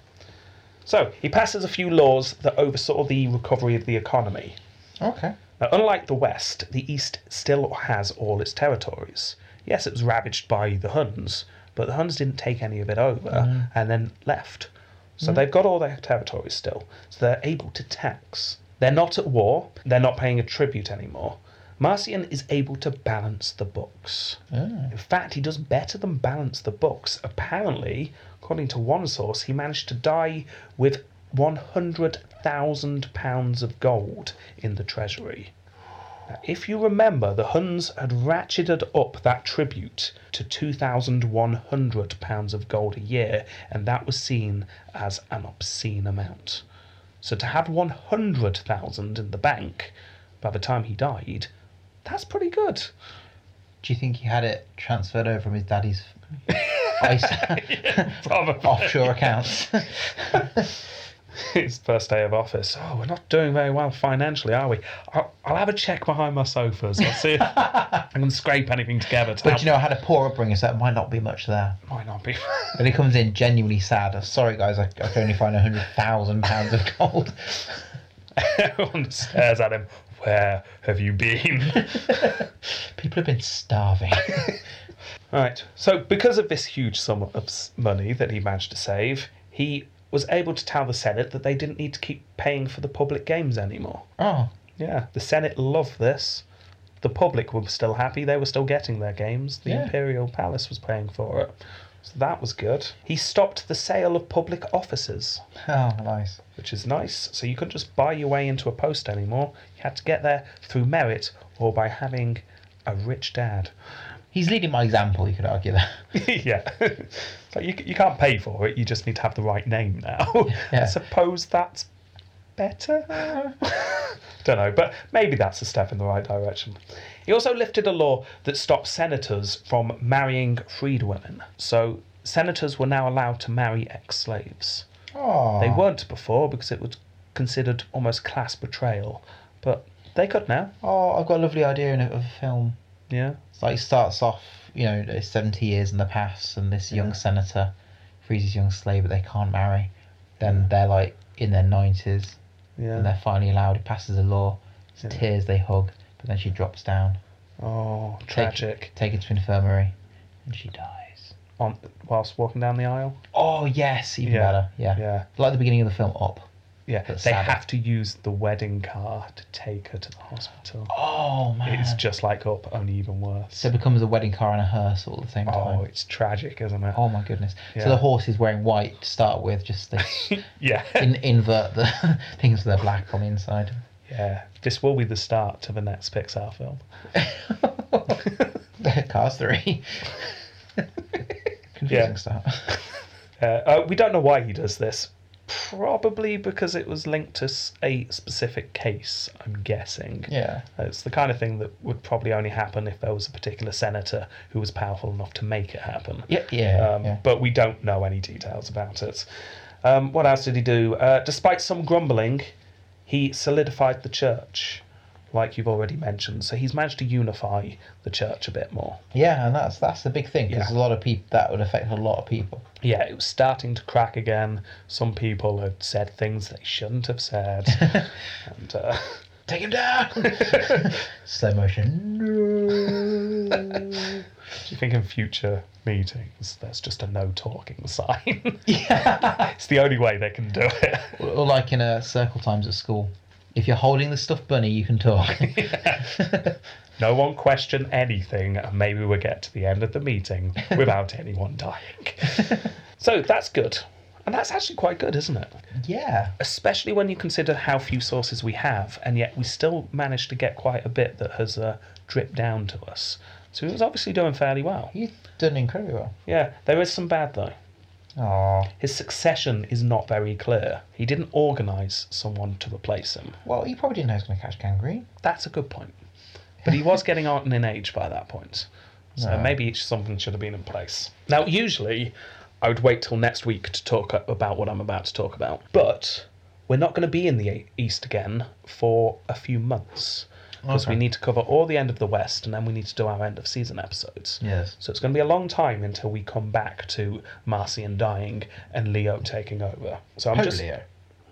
So, he passes a few laws that oversaw the recovery of the economy.
[LAUGHS] Okay.
Now, unlike the West, the East still has all its territories. Yes, it was ravaged by the Huns, but the Huns didn't take any of it over and then left. So they've got all their territories still. So they're able to tax. They're not at war, they're not paying a tribute anymore. Marcion is able to balance the books. In fact, he does better than balance the books. Apparently, according to one source, he managed to die with £100,000 of gold in the treasury. Now, if you remember, the Huns had ratcheted up that tribute to £2,100 of gold a year, and that was seen as an obscene amount. So to have 100,000 in the bank by the time he died, that's pretty good. [LAUGHS]
Do you think he had it transferred over from his daddy's ISA
Probably.
[LAUGHS] offshore accounts? [LAUGHS]
It's first day of office. Oh, we're not doing very well financially, are we? I'll, I'll have a check behind my sofas.
[LAUGHS]
I'll see if I can scrape anything together. To
but
help-
you know, I had a poor upbringing, so that might not be much there.
might not be. [LAUGHS]
But he comes in genuinely sad. "Oh, Sorry, guys, I, I can only find a hundred thousand pounds of gold.
[LAUGHS] Everyone stares at him. Where have you been?
People have been
[LAUGHS]
starving.
right. So, because of this huge sum of s- money that he managed to save, he was able to tell the Senate that they didn't need to keep paying for the public games anymore.
Oh,
Yeah, the Senate loved this. The public were still happy. They were still getting their games. The
Yeah.
Imperial Palace was paying for it. So that was good. He stopped the sale of public offices,
oh, nice.
which is nice. So you couldn't just buy your way into a post anymore. You had to get there through merit or by having a rich dad. [LAUGHS]
He's leading by example. You could argue that.
yeah. [LAUGHS] It's like you, you can't pay for it. You just need to have the right name now. [LAUGHS] I
Yeah.
suppose that's better. [LAUGHS] Don't know, but maybe that's a step in the right direction. He also lifted a law that stopped senators from marrying freedwomen. So senators were now allowed to marry ex slaves.
Oh,
They weren't before because it was considered almost class betrayal, but they could now.
Oh, I've got a lovely idea in a, of a film.
Yeah.
It's like starts off, you know, it's seventy years in the past, and this young
Yeah.
senator frees his young slave, but they can't marry. Then they're like in their nineties,
Yeah.
and they're finally allowed. It passes a law. It's
Yeah.
tears they hug, but then she drops down.
Oh, tragic.
Take her to infirmary, and she dies.
On whilst walking down the aisle.
Oh yes, even
Yeah.
better. Yeah.
Yeah.
Like the beginning of the film Up.
Yeah.
That's
they
sad.
have to use the wedding car to take her to the hospital.
Oh man.
It's just like up, only even worse.
so it becomes a wedding car and a hearse all at the same
Oh,
time.
it's tragic, isn't it?
Oh my goodness.
Yeah.
So the horse is wearing white to start with, just
[LAUGHS]
this
Yeah.
in, invert the [LAUGHS] things that are black on the inside. [LAUGHS]
yeah. This will be the start to the next Pixar film.
Cars 3. [LAUGHS] Confusing
Yeah.
start.
Uh, uh, we don't know why he does this. Probably because it was linked to s- a specific case, I'm guessing.
[LAUGHS] Yeah.
It's the kind of thing that would probably only happen if there was a particular senator who was powerful enough to make it happen.
Yeah, yeah.
Um,
yeah.
But we don't know any details about it. Um, what else did he do? Uh, despite some grumbling, he solidified the church, like you've already mentioned. So he's managed to unify the church a bit more.
yeah, and that's that's the big thing because
Yeah.
a lot of people that would affect a lot of people.
Yeah, it was starting to crack again. Some people had said things they shouldn't
[LAUGHS]
have said. and uh,
Take him down. [LAUGHS] Slow motion.
[LAUGHS] do you think in future meetings there's just a no talking sign? [LAUGHS]
Yeah.
it's the only way they can do it.
Or like in a circle times at school. If you're holding the stuffed bunny, you can [LAUGHS] talk.
No one question anything, and maybe we'll get to the end of the meeting without anyone dying. so that's good. And that's actually quite good, isn't it?
yeah.
Especially when you consider how few sources we have, and yet we still managed to get quite a bit that has uh, dripped down to us. So he was obviously doing fairly well.
You've done incredibly well.
Yeah, there is some bad though.
Oh.
His succession is not very clear. He didn't organise someone to replace him.
Well, you probably didn't know he was going to catch gangrene.
That's a good point. But he was getting on in age by that point. So
No.
maybe each something should have been in place. Now, usually, I would wait till next week to talk a- about what I'm about to talk about. But we're not going to be in the E- East again for a few months. Because we
Okay.
need to cover all the end of the West and then we need to do our end of season episodes.
Yes.
So it's going to be a long time until we come back to Marcian dying and Leo taking over. So I'm
Pope
just.
Leo.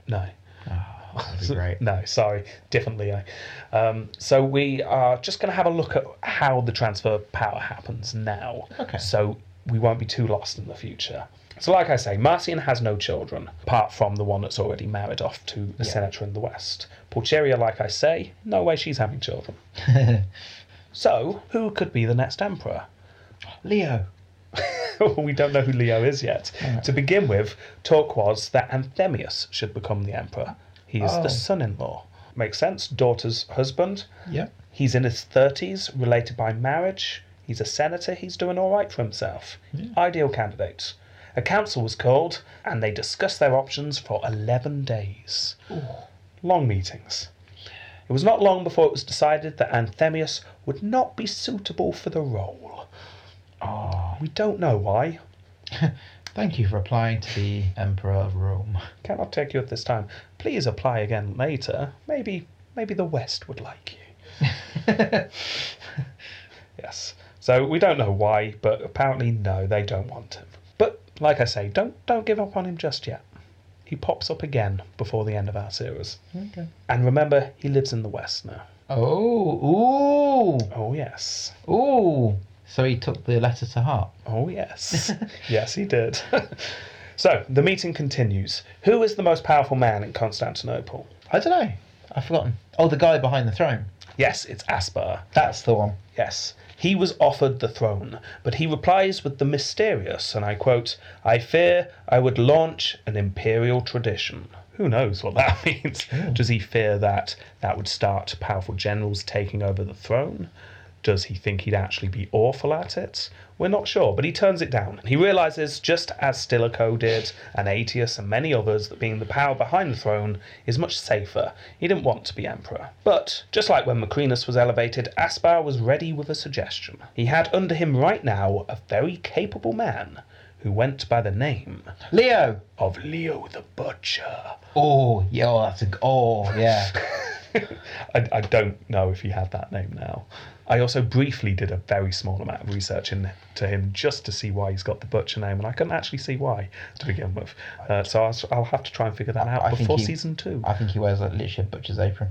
No.
[LAUGHS] That'd be great.
No, sorry, different Leo. Um, so we are just going to have a look at how the transfer of power happens now.
Okay.
So we won't be too lost in the future. So, like I say, Marcian has no children, apart from the one that's already married off to the
Yeah.
senator in the West. Pulcheria, like I say, no way she's
[LAUGHS]
having children. so, who could be the next emperor?
Leo.
[LAUGHS] Oh, we don't know who Leo is yet. To begin with, talk was that Anthemius should become the emperor. He is
Oh.
the son in law. Makes sense. Daughter's husband.
Yep.
He's in his 30s, related by marriage. He's a senator. He's doing all right for himself. Ideal candidate. A council was called and they discussed their options for 11 days. Long meetings. It was not long before it was decided that Anthemius would not be suitable for the role.
Oh.
We don't know why.
Thank you for applying to the Emperor of Rome. [LAUGHS]
cannot take you at this time. Please apply again later. Maybe maybe the West would like you. yes. So we don't know why, but apparently no, they don't want him. But like I say, don't don't give up on him just yet. He pops up again before the end of our series.
Okay.
And remember, he lives in the West now.
Oh.
Oh yes.
Ooh. Ooh. So he took the letter to heart.
Oh yes. yes, he did. [LAUGHS] so the meeting continues. Who is the most powerful man in Constantinople?
I don't know. I've forgotten. Oh, the guy behind the throne.
Yes, it's Aspar.
That's the one.
Yes, he was offered the throne, but he replies with the mysterious, and I quote, I fear I would launch an imperial tradition. Who knows what that [LAUGHS] means? Does he fear that that would start powerful generals taking over the throne? Does he think he'd actually be awful at it? We're not sure, but he turns it down. He realizes, just as Stilicho did, and Aetius, and many others, that being the power behind the throne is much safer. He didn't want to be emperor. But, just like when Macrinus was elevated, Aspar was ready with a suggestion. He had under him right now a very capable man who went by the name
Leo.
of Leo the Butcher.
Oh, yeah. Oh, that's a. Oh, yeah.
I, I don't know if he had that name now. I also briefly did a very small amount of research into him just to see why he's got the butcher name, and I couldn't actually see why to begin with. Uh, so I'll, I'll have to try and figure that out
I think
before
he-
season two.
I think he wears like literally a butcher's apron.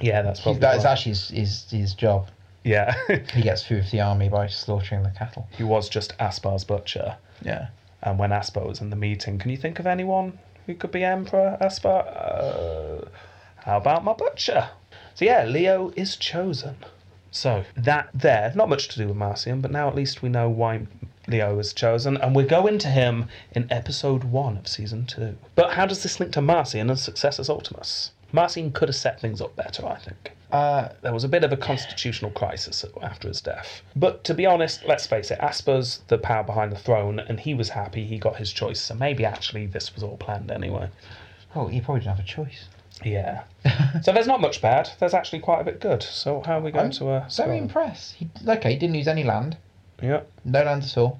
yeah, that's
He's,
probably
that is
why.
actually his, his his job.
yeah. [LAUGHS]
He gets food for the army by slaughtering the cattle.
he was just Aspar's butcher.
Yeah.
And when Aspar was in the meeting, can you think of anyone who could be emperor? Aspar, uh, how about my butcher? So yeah, Leo is chosen. So that there, not much to do with Marcion, but now at least we know why Leo is chosen, and we're going to him in episode one of season two. But how does this link to Marcion and successors Ultimus? Marcion could have set things up better, I think
Uh,
there was a bit of a constitutional crisis after his death. But to be honest, let's face it, Asper's the power behind the throne, and he was happy he got his choice, so maybe actually this was all planned anyway.
oh, he probably didn't have a choice.
[LAUGHS] Yeah. so there's not much bad, there's actually quite a bit good. So how are we going to. Uh,
Very
score?
impressed. He, okay, he didn't lose any land.
yeah.
No land at all.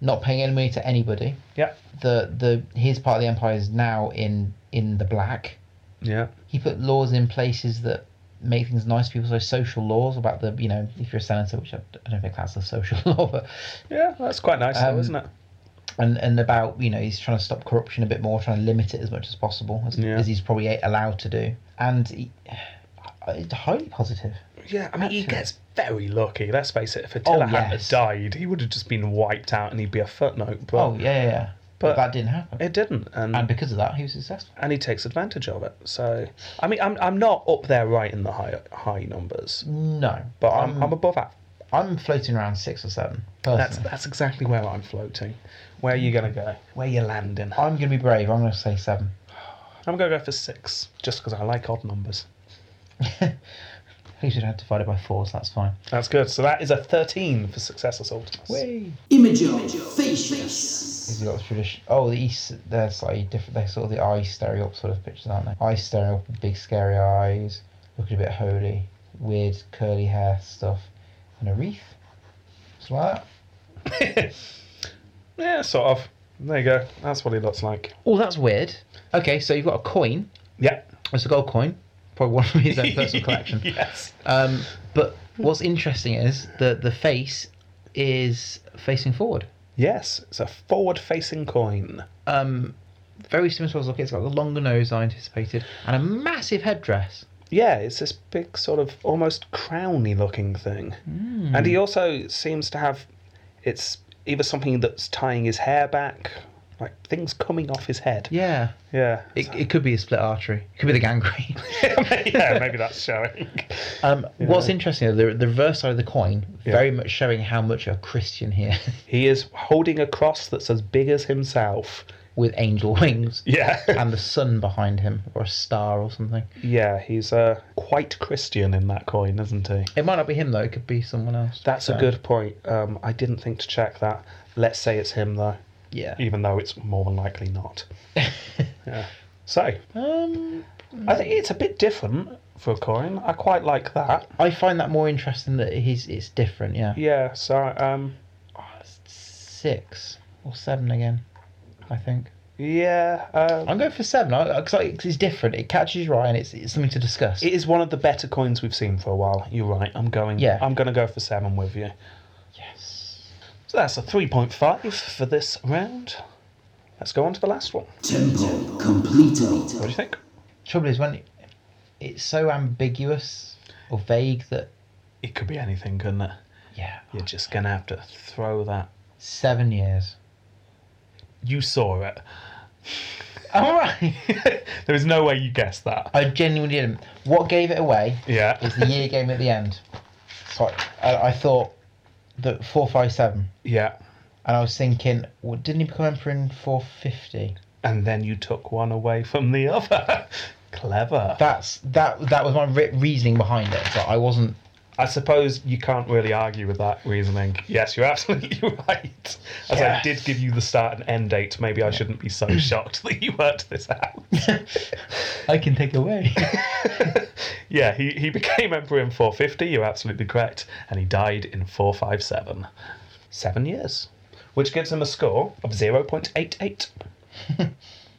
Not paying any money to anybody.
Yeah.
The the his part of the empire is now in in the black.
Yeah.
He put laws in places that make things nice for people. So social laws about the you know if you're a senator, which I, I don't think that's a social [LAUGHS] law, but
Yeah, that's quite nice,
Um,
though, isn't it?
and and about you know he's trying to stop corruption a bit more, trying to limit it as much as possible as,
Yeah.
as he's probably allowed to do. And he, it's highly positive.
Yeah, I mean, he
actually-
gets very lucky. Let's face it, if Attila hadn't
yes.
died, he would have just been wiped out and he'd be a footnote. But
oh yeah, yeah, yeah.
but-
But, that didn't happen.
it didn't. And,
and because of that, he was successful.
and he takes advantage of it. So, I mean, I'm, I'm not up there right in the high high numbers,
No,
but I'm,
Mm.
I'm above that.
I'm floating around six or seven.
um, That's
Personally.
that's exactly where I'm floating. Where are you gonna go? Where you landing?
I'm going to be brave. I'm going to say seven.
I'm gonna go for six, just because I like odd numbers.
At least we don't have to divide it by four, so that's fine.
That's good. So that is a thirteen for success
[LAUGHS]
assault.
Wait.
Imago facius.
He's got the tradition. Oh, the east. They're slightly different. They're sort of the eyes staring up sort of pictures, aren't they? Eyes staring up, with big scary eyes, looking a bit holy, weird curly hair stuff, and a wreath. It's like that.
[LAUGHS] Yeah, sort of. There you go. That's what he looks like.
Oh, that's weird. Okay, so you've got a coin.
Yeah.
It's a gold coin. Probably one from his own personal collection.
[LAUGHS]
[LAUGHS]
yes.
Um, but what's interesting is that the face is facing forward.
Yes. It's a forward-facing coin.
um, very similar to Oslock. It's got a longer nose I anticipated and a massive headdress.
Yeah, it's this big sort of almost crowny looking thing. And he also seems to have it's either something that's tying his hair back, like things coming off his head.
Yeah,
Yeah.
it, it could be a split artery. It could be the gangrene.
[LAUGHS] yeah, maybe that's showing.
Um, What's interesting, though, the, the reverse side of the coin, very much showing how much of a Christian here
[LAUGHS]
[LAUGHS]
He is holding a cross that's as big as himself.
with angel wings
[LAUGHS] Yeah.
and the sun behind him or a star or something.
yeah, he's uh, quite Christian in that coin, isn't he?
It might not be him though. It could be someone else.
That's a
So,
good point. Um, I didn't think to check that. Let's say it's him though,
yeah.
even though it's more than likely [LAUGHS] not. yeah. So,
Um,
I think it's a bit different for a coin. I quite like that.
I find that more interesting that he's it's different. Yeah.
Yeah, so um
Six or seven again, I think.
yeah, um,
I'm going for seven because it's different. It catches your eye and it's, it's something to discuss.
it is one of the better coins we've seen for a while. You're right. I'm going
Yeah.
I'm going to go for 7 with you.
yes.
So that's a 3.5 for this round. Let's go on to the last one. What
Tempo
do you
completo.
think?
Trouble is when it's so ambiguous or vague that
It could be anything, couldn't it?
yeah,
You're just going to have to throw that.
seven years.
You saw it. [LAUGHS]
All right.
there is no way you guessed that.
I genuinely didn't. What gave it away
Yeah.
is the year game at the end. So I, I, I thought that four five seven,
Yeah.
and I was thinking, well, didn't he become emperor in four fifty?
And then you took one away from the other. [LAUGHS] Clever.
That's that. That was my re- reasoning behind it. So I wasn't. [LAUGHS]
I suppose you can't really argue with that reasoning. Yes, you're absolutely [LAUGHS] right. As I
Yes.
did give you the start and end date, maybe I shouldn't be so [LAUGHS] shocked that you worked this out. [LAUGHS]
I can take away. [LAUGHS]
yeah, he, he became emperor in 450, you're absolutely correct, and he died in 457. Seven years, which gives him a score of 0.88.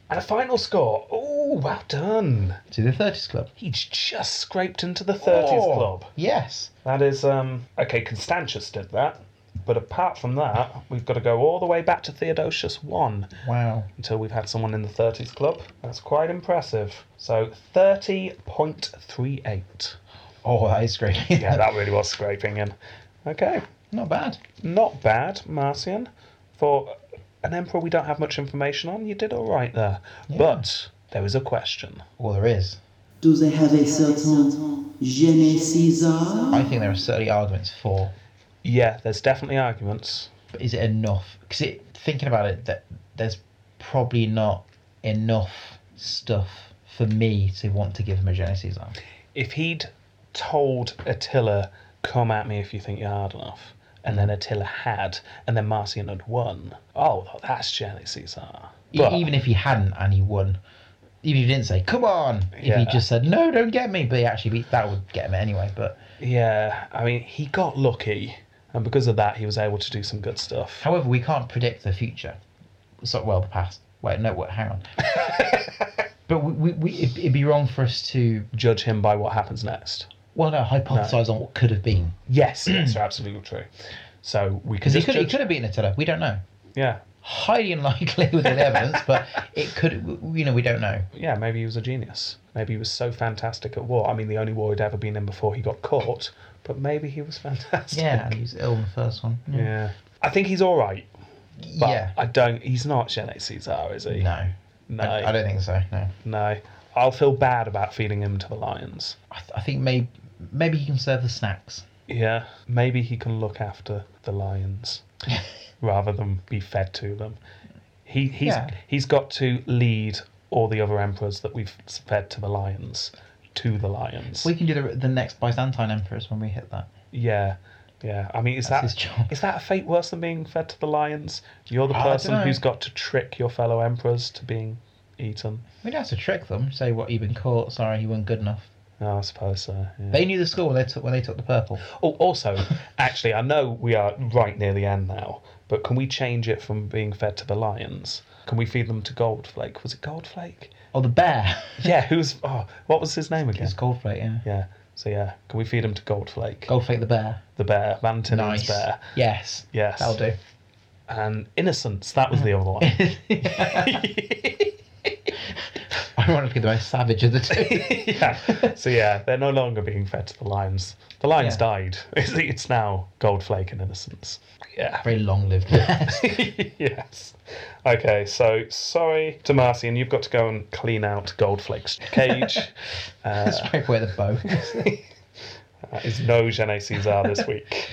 and a final score, Oh, well done.
to the 30s Club.
He's just scraped into the 30s
Oh,
club.
Yes.
That is, um, okay, Constantius did that. But apart from that, we've got to go all the way back to Theodosius 1
Wow.
until we've had someone in the 30s club. That's quite impressive. So 30.38.
Oh, that is great.
Yeah, that really was scraping in. Okay,
[LAUGHS] Not bad.
not bad, Marcian. For an emperor we don't have much information on, you did all right there. But there is a question.
Well, there is.
Do they have a certain Gene Caesar?
I think there are certainly arguments for.
Yeah, there's definitely arguments.
But is it enough? Because it, thinking about it, that there's probably not enough stuff for me to want to give him a Genesis on.
If he'd told Attila, come at me if you think you're hard enough, and
Mm.
then Attila had, and then Marcian had won, oh, that's jealous, Caesar.
E-
But-
even if he hadn't and he won, even if he didn't say "come on," if
Yeah.
he just said "no, don't get me," but he actually beat that would get him anyway. But
Yeah, I mean, he got lucky, and because of that, he was able to do some good stuff.
however, we can't predict the future. So well, the past. Wait, no, what?
[LAUGHS]
Hang on. but we, we, we it'd, it'd be wrong for us to
Judge him by what happens next.
well, no, hypothesize on what could have been [CLEARS THROAT]
Yes, yes, you're absolutely true. So we
because
can
he
just
could he
judge.
could have been Attila. We don't know.
Yeah,
Highly [LAUGHS] unlikely with the evidence, but it could. w- You know, we don't know.
yeah. Maybe he was a genius. Maybe he was so fantastic at war. I mean, the only war he'd ever been in before he got caught. But maybe he was [LAUGHS] fantastic.
Yeah, Mm. and he was ill in the first one. Yeah.
Yeah. I think he's all right, but
Yeah.
I don't. He's not Gene Caesar, is he?
No.
no,
I, I don't think so. No.
no. I'll feel bad about feeding him to the lions.
I, th- I think maybe maybe he can serve the snacks.
Yeah, maybe he can look after the
[LAUGHS]
lions rather than be fed to them. He he's
Yeah.
he's got to lead all the other emperors that we've fed to the lions to the lions.
We can do the, the next Byzantine emperors when we hit that.
yeah. Yeah, I mean, is
That's
that
his job.
is that a fate worse than being fed to the lions? You're the
I don't
person
know.
who's got to trick your fellow emperors to being eaten.
We don't have to trick them. Say what you've been caught. Sorry, you weren't good enough.
No, Oh, I suppose so. yeah.
They knew the score when they took when they took the purple.
Oh, also, [LAUGHS] actually, I know we are right near the end now, but can we change it from being fed to the lions? Can we feed them to Goldflake? Was
[LAUGHS]
it Goldflake?
Oh, the bear.
Yeah, who's oh, what was his name again?
It's Goldflake. Yeah.
Yeah, so yeah, can we feed him to Goldflake,
Goldflake the bear.
the bear,
Nice.
Valentinian's bear?
Yes.
Yes,
That'll do. [LAUGHS]
And Innocence, that was the other one. [LAUGHS]
Ironically, the most savage of the [LAUGHS] two.
yeah. So yeah, they're no longer being fed to the lions. The lions
Yeah.
died. [LAUGHS] It's, it's now Goldflake and Innocence. Yeah.
Very long-lived [LAUGHS] bears.
[LAUGHS] yes. Okay, so sorry to Marcy, and you've got to go and clean out Goldflake's [LAUGHS] cage. uh,
Straight away the
[LAUGHS]
bow.
that is no Gene Caesar [LAUGHS] this week.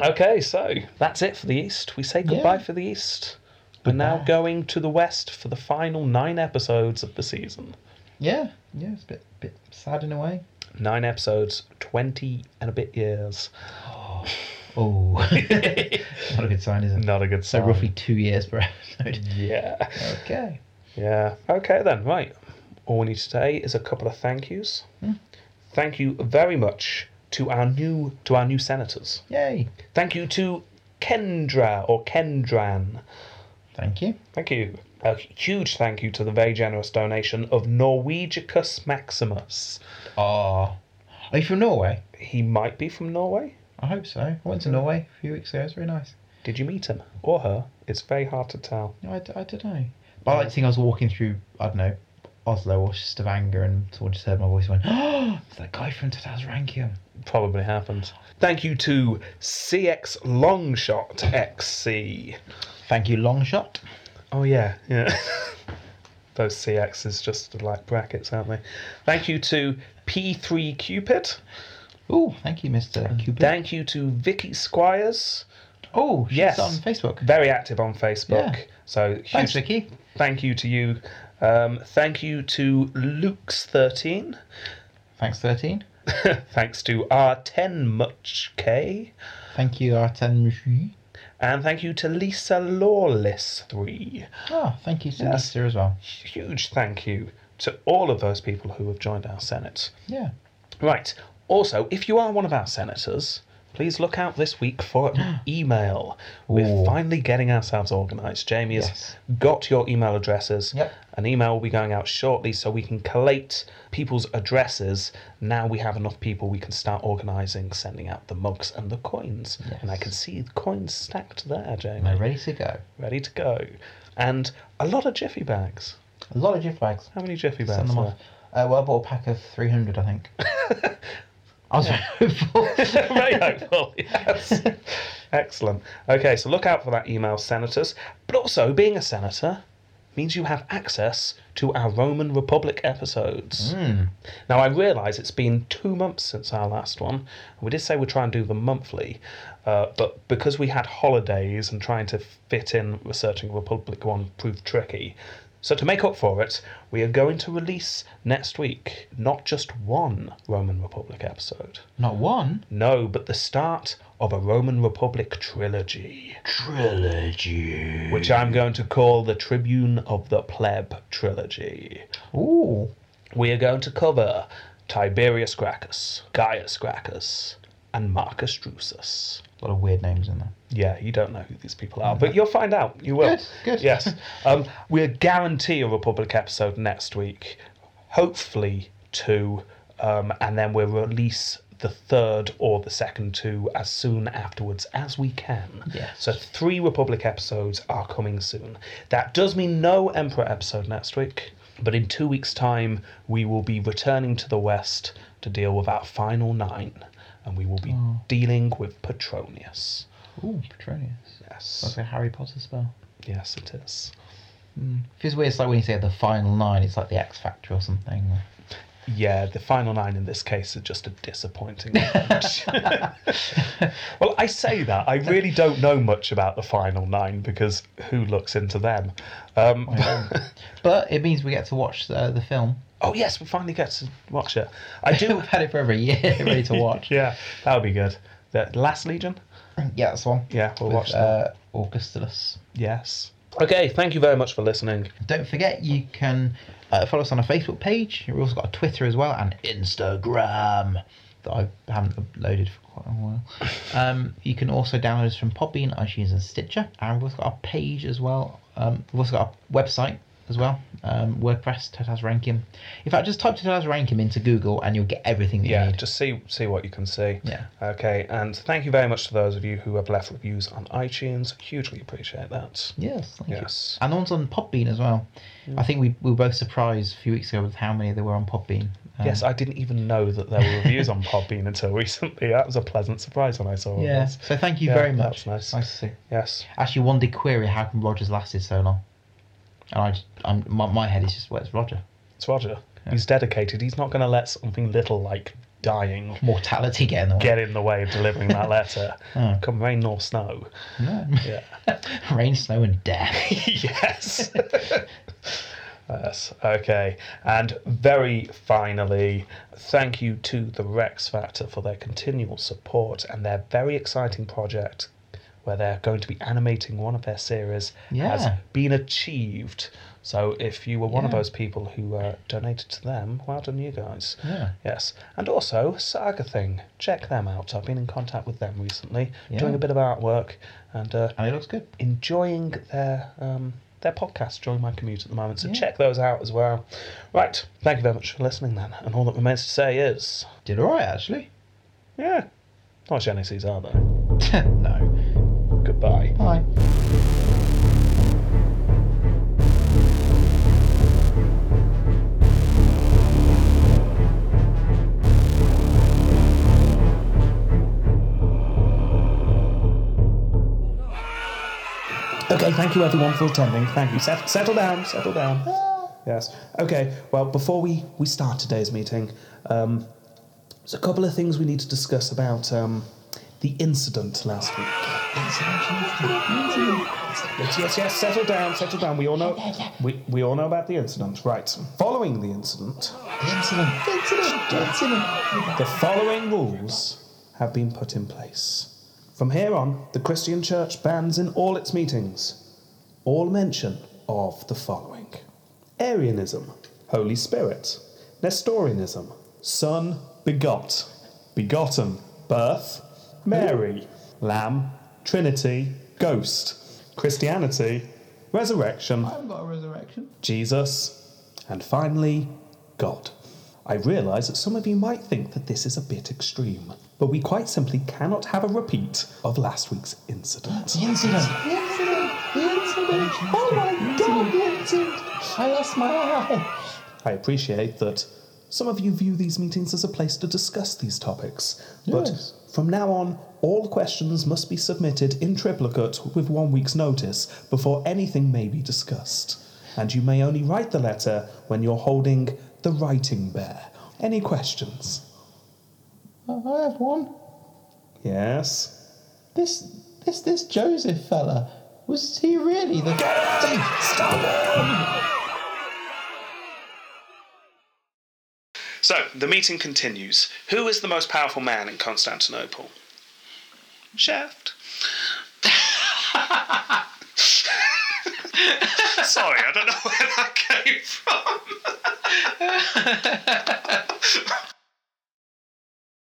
Okay, so that's it for the East. We say goodbye for the East. We're now
Goodbye.
going to the West for the final nine episodes of the season.
yeah. Yeah. It's a bit bit sad in a way.
Nine episodes, 20 and a bit years. [LAUGHS]
Oh. Not a good sign, is it?
Not a good
So
sign.
roughly two years per episode.
Yeah.
Okay.
Yeah. Okay then, right. All we need today is a couple of thank yous. Thank you very much to our new to our new senators.
Yay.
Thank you to Kendra or Kendran.
Thank you.
Thank you. A huge thank you to the very generous donation of Norwegicus Maximus.
Ah. Are you from Norway?
He might be from Norway.
I hope so. I went to Norway a few weeks ago. It was very nice.
Did you meet him or her? It's very hard to tell.
No, I, d- I don't know. But I like to think I was walking through, I don't know, Oslo or Stavanger and someone just heard my voice and went, Oh, it's that guy from Tatarankium.
Probably happened. Thank you to CX Longshot XC.
Thank you, Longshot.
Oh yeah, yeah. [LAUGHS] Those CXs just like brackets, aren't they? Thank you to P3 Cupid.
Oh, thank you, Mr. Cupid.
Thank you to Vicky Squires.
oh, she's
Yes.
on Facebook.
Very active on Facebook.
Yeah.
So huge
Thanks, Vicky.
thank you to you. Um, thank you to Luke's13.
Thanks, 13.
[LAUGHS] Thanks to R10MuchK.
Thank you, Arten Mushi.
And thank you to Lisa Lawless3.
Oh, thank you, to
Yes.
Lisa as well.
Huge thank you to all of those people who have joined our Senate.
Yeah.
Right. Also, if you are one of our senators, Please look out this week for
[GASPS]
an email. We're
Ooh.
finally getting ourselves organised. Jamie has
Yes.
got your email addresses.
Yep.
An email will be going out shortly so we can collate people's addresses. Now we have enough people, we can start organising, sending out the mugs and the coins. And I
Yes.
can see the coins stacked there, Jamie.
Am I ready to go?
Ready to go. And a lot of jiffy bags.
A lot of gift bags.
How many jiffy
Send
bags?
them off.
were
Uh, well, I bought a pack of 300, I [LAUGHS] think. I was very [LAUGHS]
[LAUGHS]
hopeful.
there? Very hopeful, yes. Excellent. Okay, so look out for that email, senators. But also, being a senator means you have access to our Roman Republic episodes.
Hmm.
Now, I realise it's been two months since our last one. We did say we'd try and do them monthly, uh, but because we had holidays and trying to fit in researching Republic 1 proved tricky. So, to make up for it, we are going to release next week not just one Roman Republic episode.
Not one.
No, but the start of a Roman Republic trilogy,
Trilogy.
which I'm going to call the Tribune of the Pleb trilogy.
Ooh.
We are going to cover Tiberius Gracchus, Gaius Gracchus, and Marcus Drusus.
A lot of weird names in there.
Yeah, you don't know who these people are, but you'll find out. You will.
Good, good. [LAUGHS]
Yes. Um, we'll guarantee a Republic episode next week, hopefully two, um, and then we'll release the third or the second two as soon afterwards as we can.
Yes.
So three Republic episodes are coming soon. That does mean no Emperor episode next week, but in two weeks' time we will be returning to the West to deal with our final nine, and we will be
Oh.
dealing with Petronius.
Ooh, Petronius.
Yes.
That's a Harry Potter spell.
Yes, it is.
Feels weird. It's like when you say the final nine, it's like the X Factor or something.
Yeah, the final nine in this case are just a [LAUGHS] disappointing bunch. well, I say that. I really don't know much about the final nine because who looks into them? Um,
[LAUGHS] But it means we get to watch uh, the film. [LAUGHS]
oh, yes, we finally get to watch it. I
We've
[LAUGHS] do.
had it for over a year [LAUGHS] ready to watch.
yeah, that would be good. The Last Legion?
[CLEARS THROAT] yeah, that's the one.
Yeah, we'll
With,
watch that.
uh, Augustulus.
Yes. Okay, thank you very much for listening.
Don't forget, you can uh, follow us on our Facebook page. We've also got a Twitter as well and Instagram that I haven't uploaded for quite a
[LAUGHS]
while. Um, you can also download us from Podbean, iTunes, and Stitcher. And we've got our page as well. Um, we've also got our website as well. Um, WordPress, Totas Ranking. In fact, just type Totas Ranking into Google and you'll get everything that you
Yeah,
need.
just see see what you can see.
Yeah.
Okay, and thank you very much to those of you who have left reviews on iTunes. Hugely appreciate that.
Yes, thank
Yes. Mm.
you. And the ones on Podbean as well. I think we, we were both surprised a few weeks ago with how many there were on Podbean. Um,
Yes, I didn't even know that there were reviews on Podbean until recently. That was a pleasant surprise when I saw all
Yeah.
this.
So thank you
Yeah,
very
that
much.
was nice.
Nice to see.
Yes.
Actually, one did query how come Rogers lasted so long, and I, just, I'm, my, my head is just where's Roger?
It's Roger. He's dedicated. He's not going to let something little like dying
Mortality getting the way.
get in the way of
[LAUGHS]
delivering that letter.
Oh.
Come rain nor snow.
No.
Yeah.
[LAUGHS] Rain, snow, and
[LAUGHS]
death.
yes. yes. Okay. And very finally, thank you to the Rex Factor for their continual support and their very exciting project where they're going to be animating one of their series has
Yeah.
been achieved. So if you were one of
Yeah.
those people who uh, donated to them, well done you guys.
Yeah.
Yes. And also Saga Thing. Check them out. I've been in contact with them recently,
Yeah.
doing a bit of artwork and uh,
And it looks good.
enjoying their um, their podcast during my commute at the moment. So
Yeah.
check those out as well. Right, thank you very much for listening then. And all that remains to say is,
Did all right actually. [LAUGHS]
yeah, not Genesis are they?
no.
Goodbye.
Bye.
Okay, thank you everyone for attending. Thank you. Set, settle down, settle down. Yes. Okay, well, before we, we start today's meeting, um, there's a couple of things we need to discuss about um, the incident last week. Yes, yes, yes, settle down, settle down. We all know we, we all know about the incident. Right. Following the incident,
Incident. Incident. Incident.
the following rules have been put in place. From here on, the Christian Church bans in all its meetings all mention of the following Arianism, Holy Spirit, Nestorianism, Son begot, begotten, birth, Mary, Lamb, Trinity, Ghost, Christianity, Resurrection,
I haven't got a resurrection.
Jesus, and finally, God. I realise that some of you might think that this is a bit extreme, but we quite simply cannot have a repeat of last week's incident.
Incident.
Oh my god, I lost my eye! I appreciate that some of you view these meetings as a place to discuss these topics,
Yes.
but from now on, all questions must be submitted in triplicate with one week's notice before anything may be discussed. And you may only write the letter when you're holding the writing bear. Any questions?
I I have one.
Yes?
This this this Joseph fella was he really the?
So, the meeting continues. Who is the most powerful man in Constantinople? Shaft. [LAUGHS] Sorry, I don't know where that came from.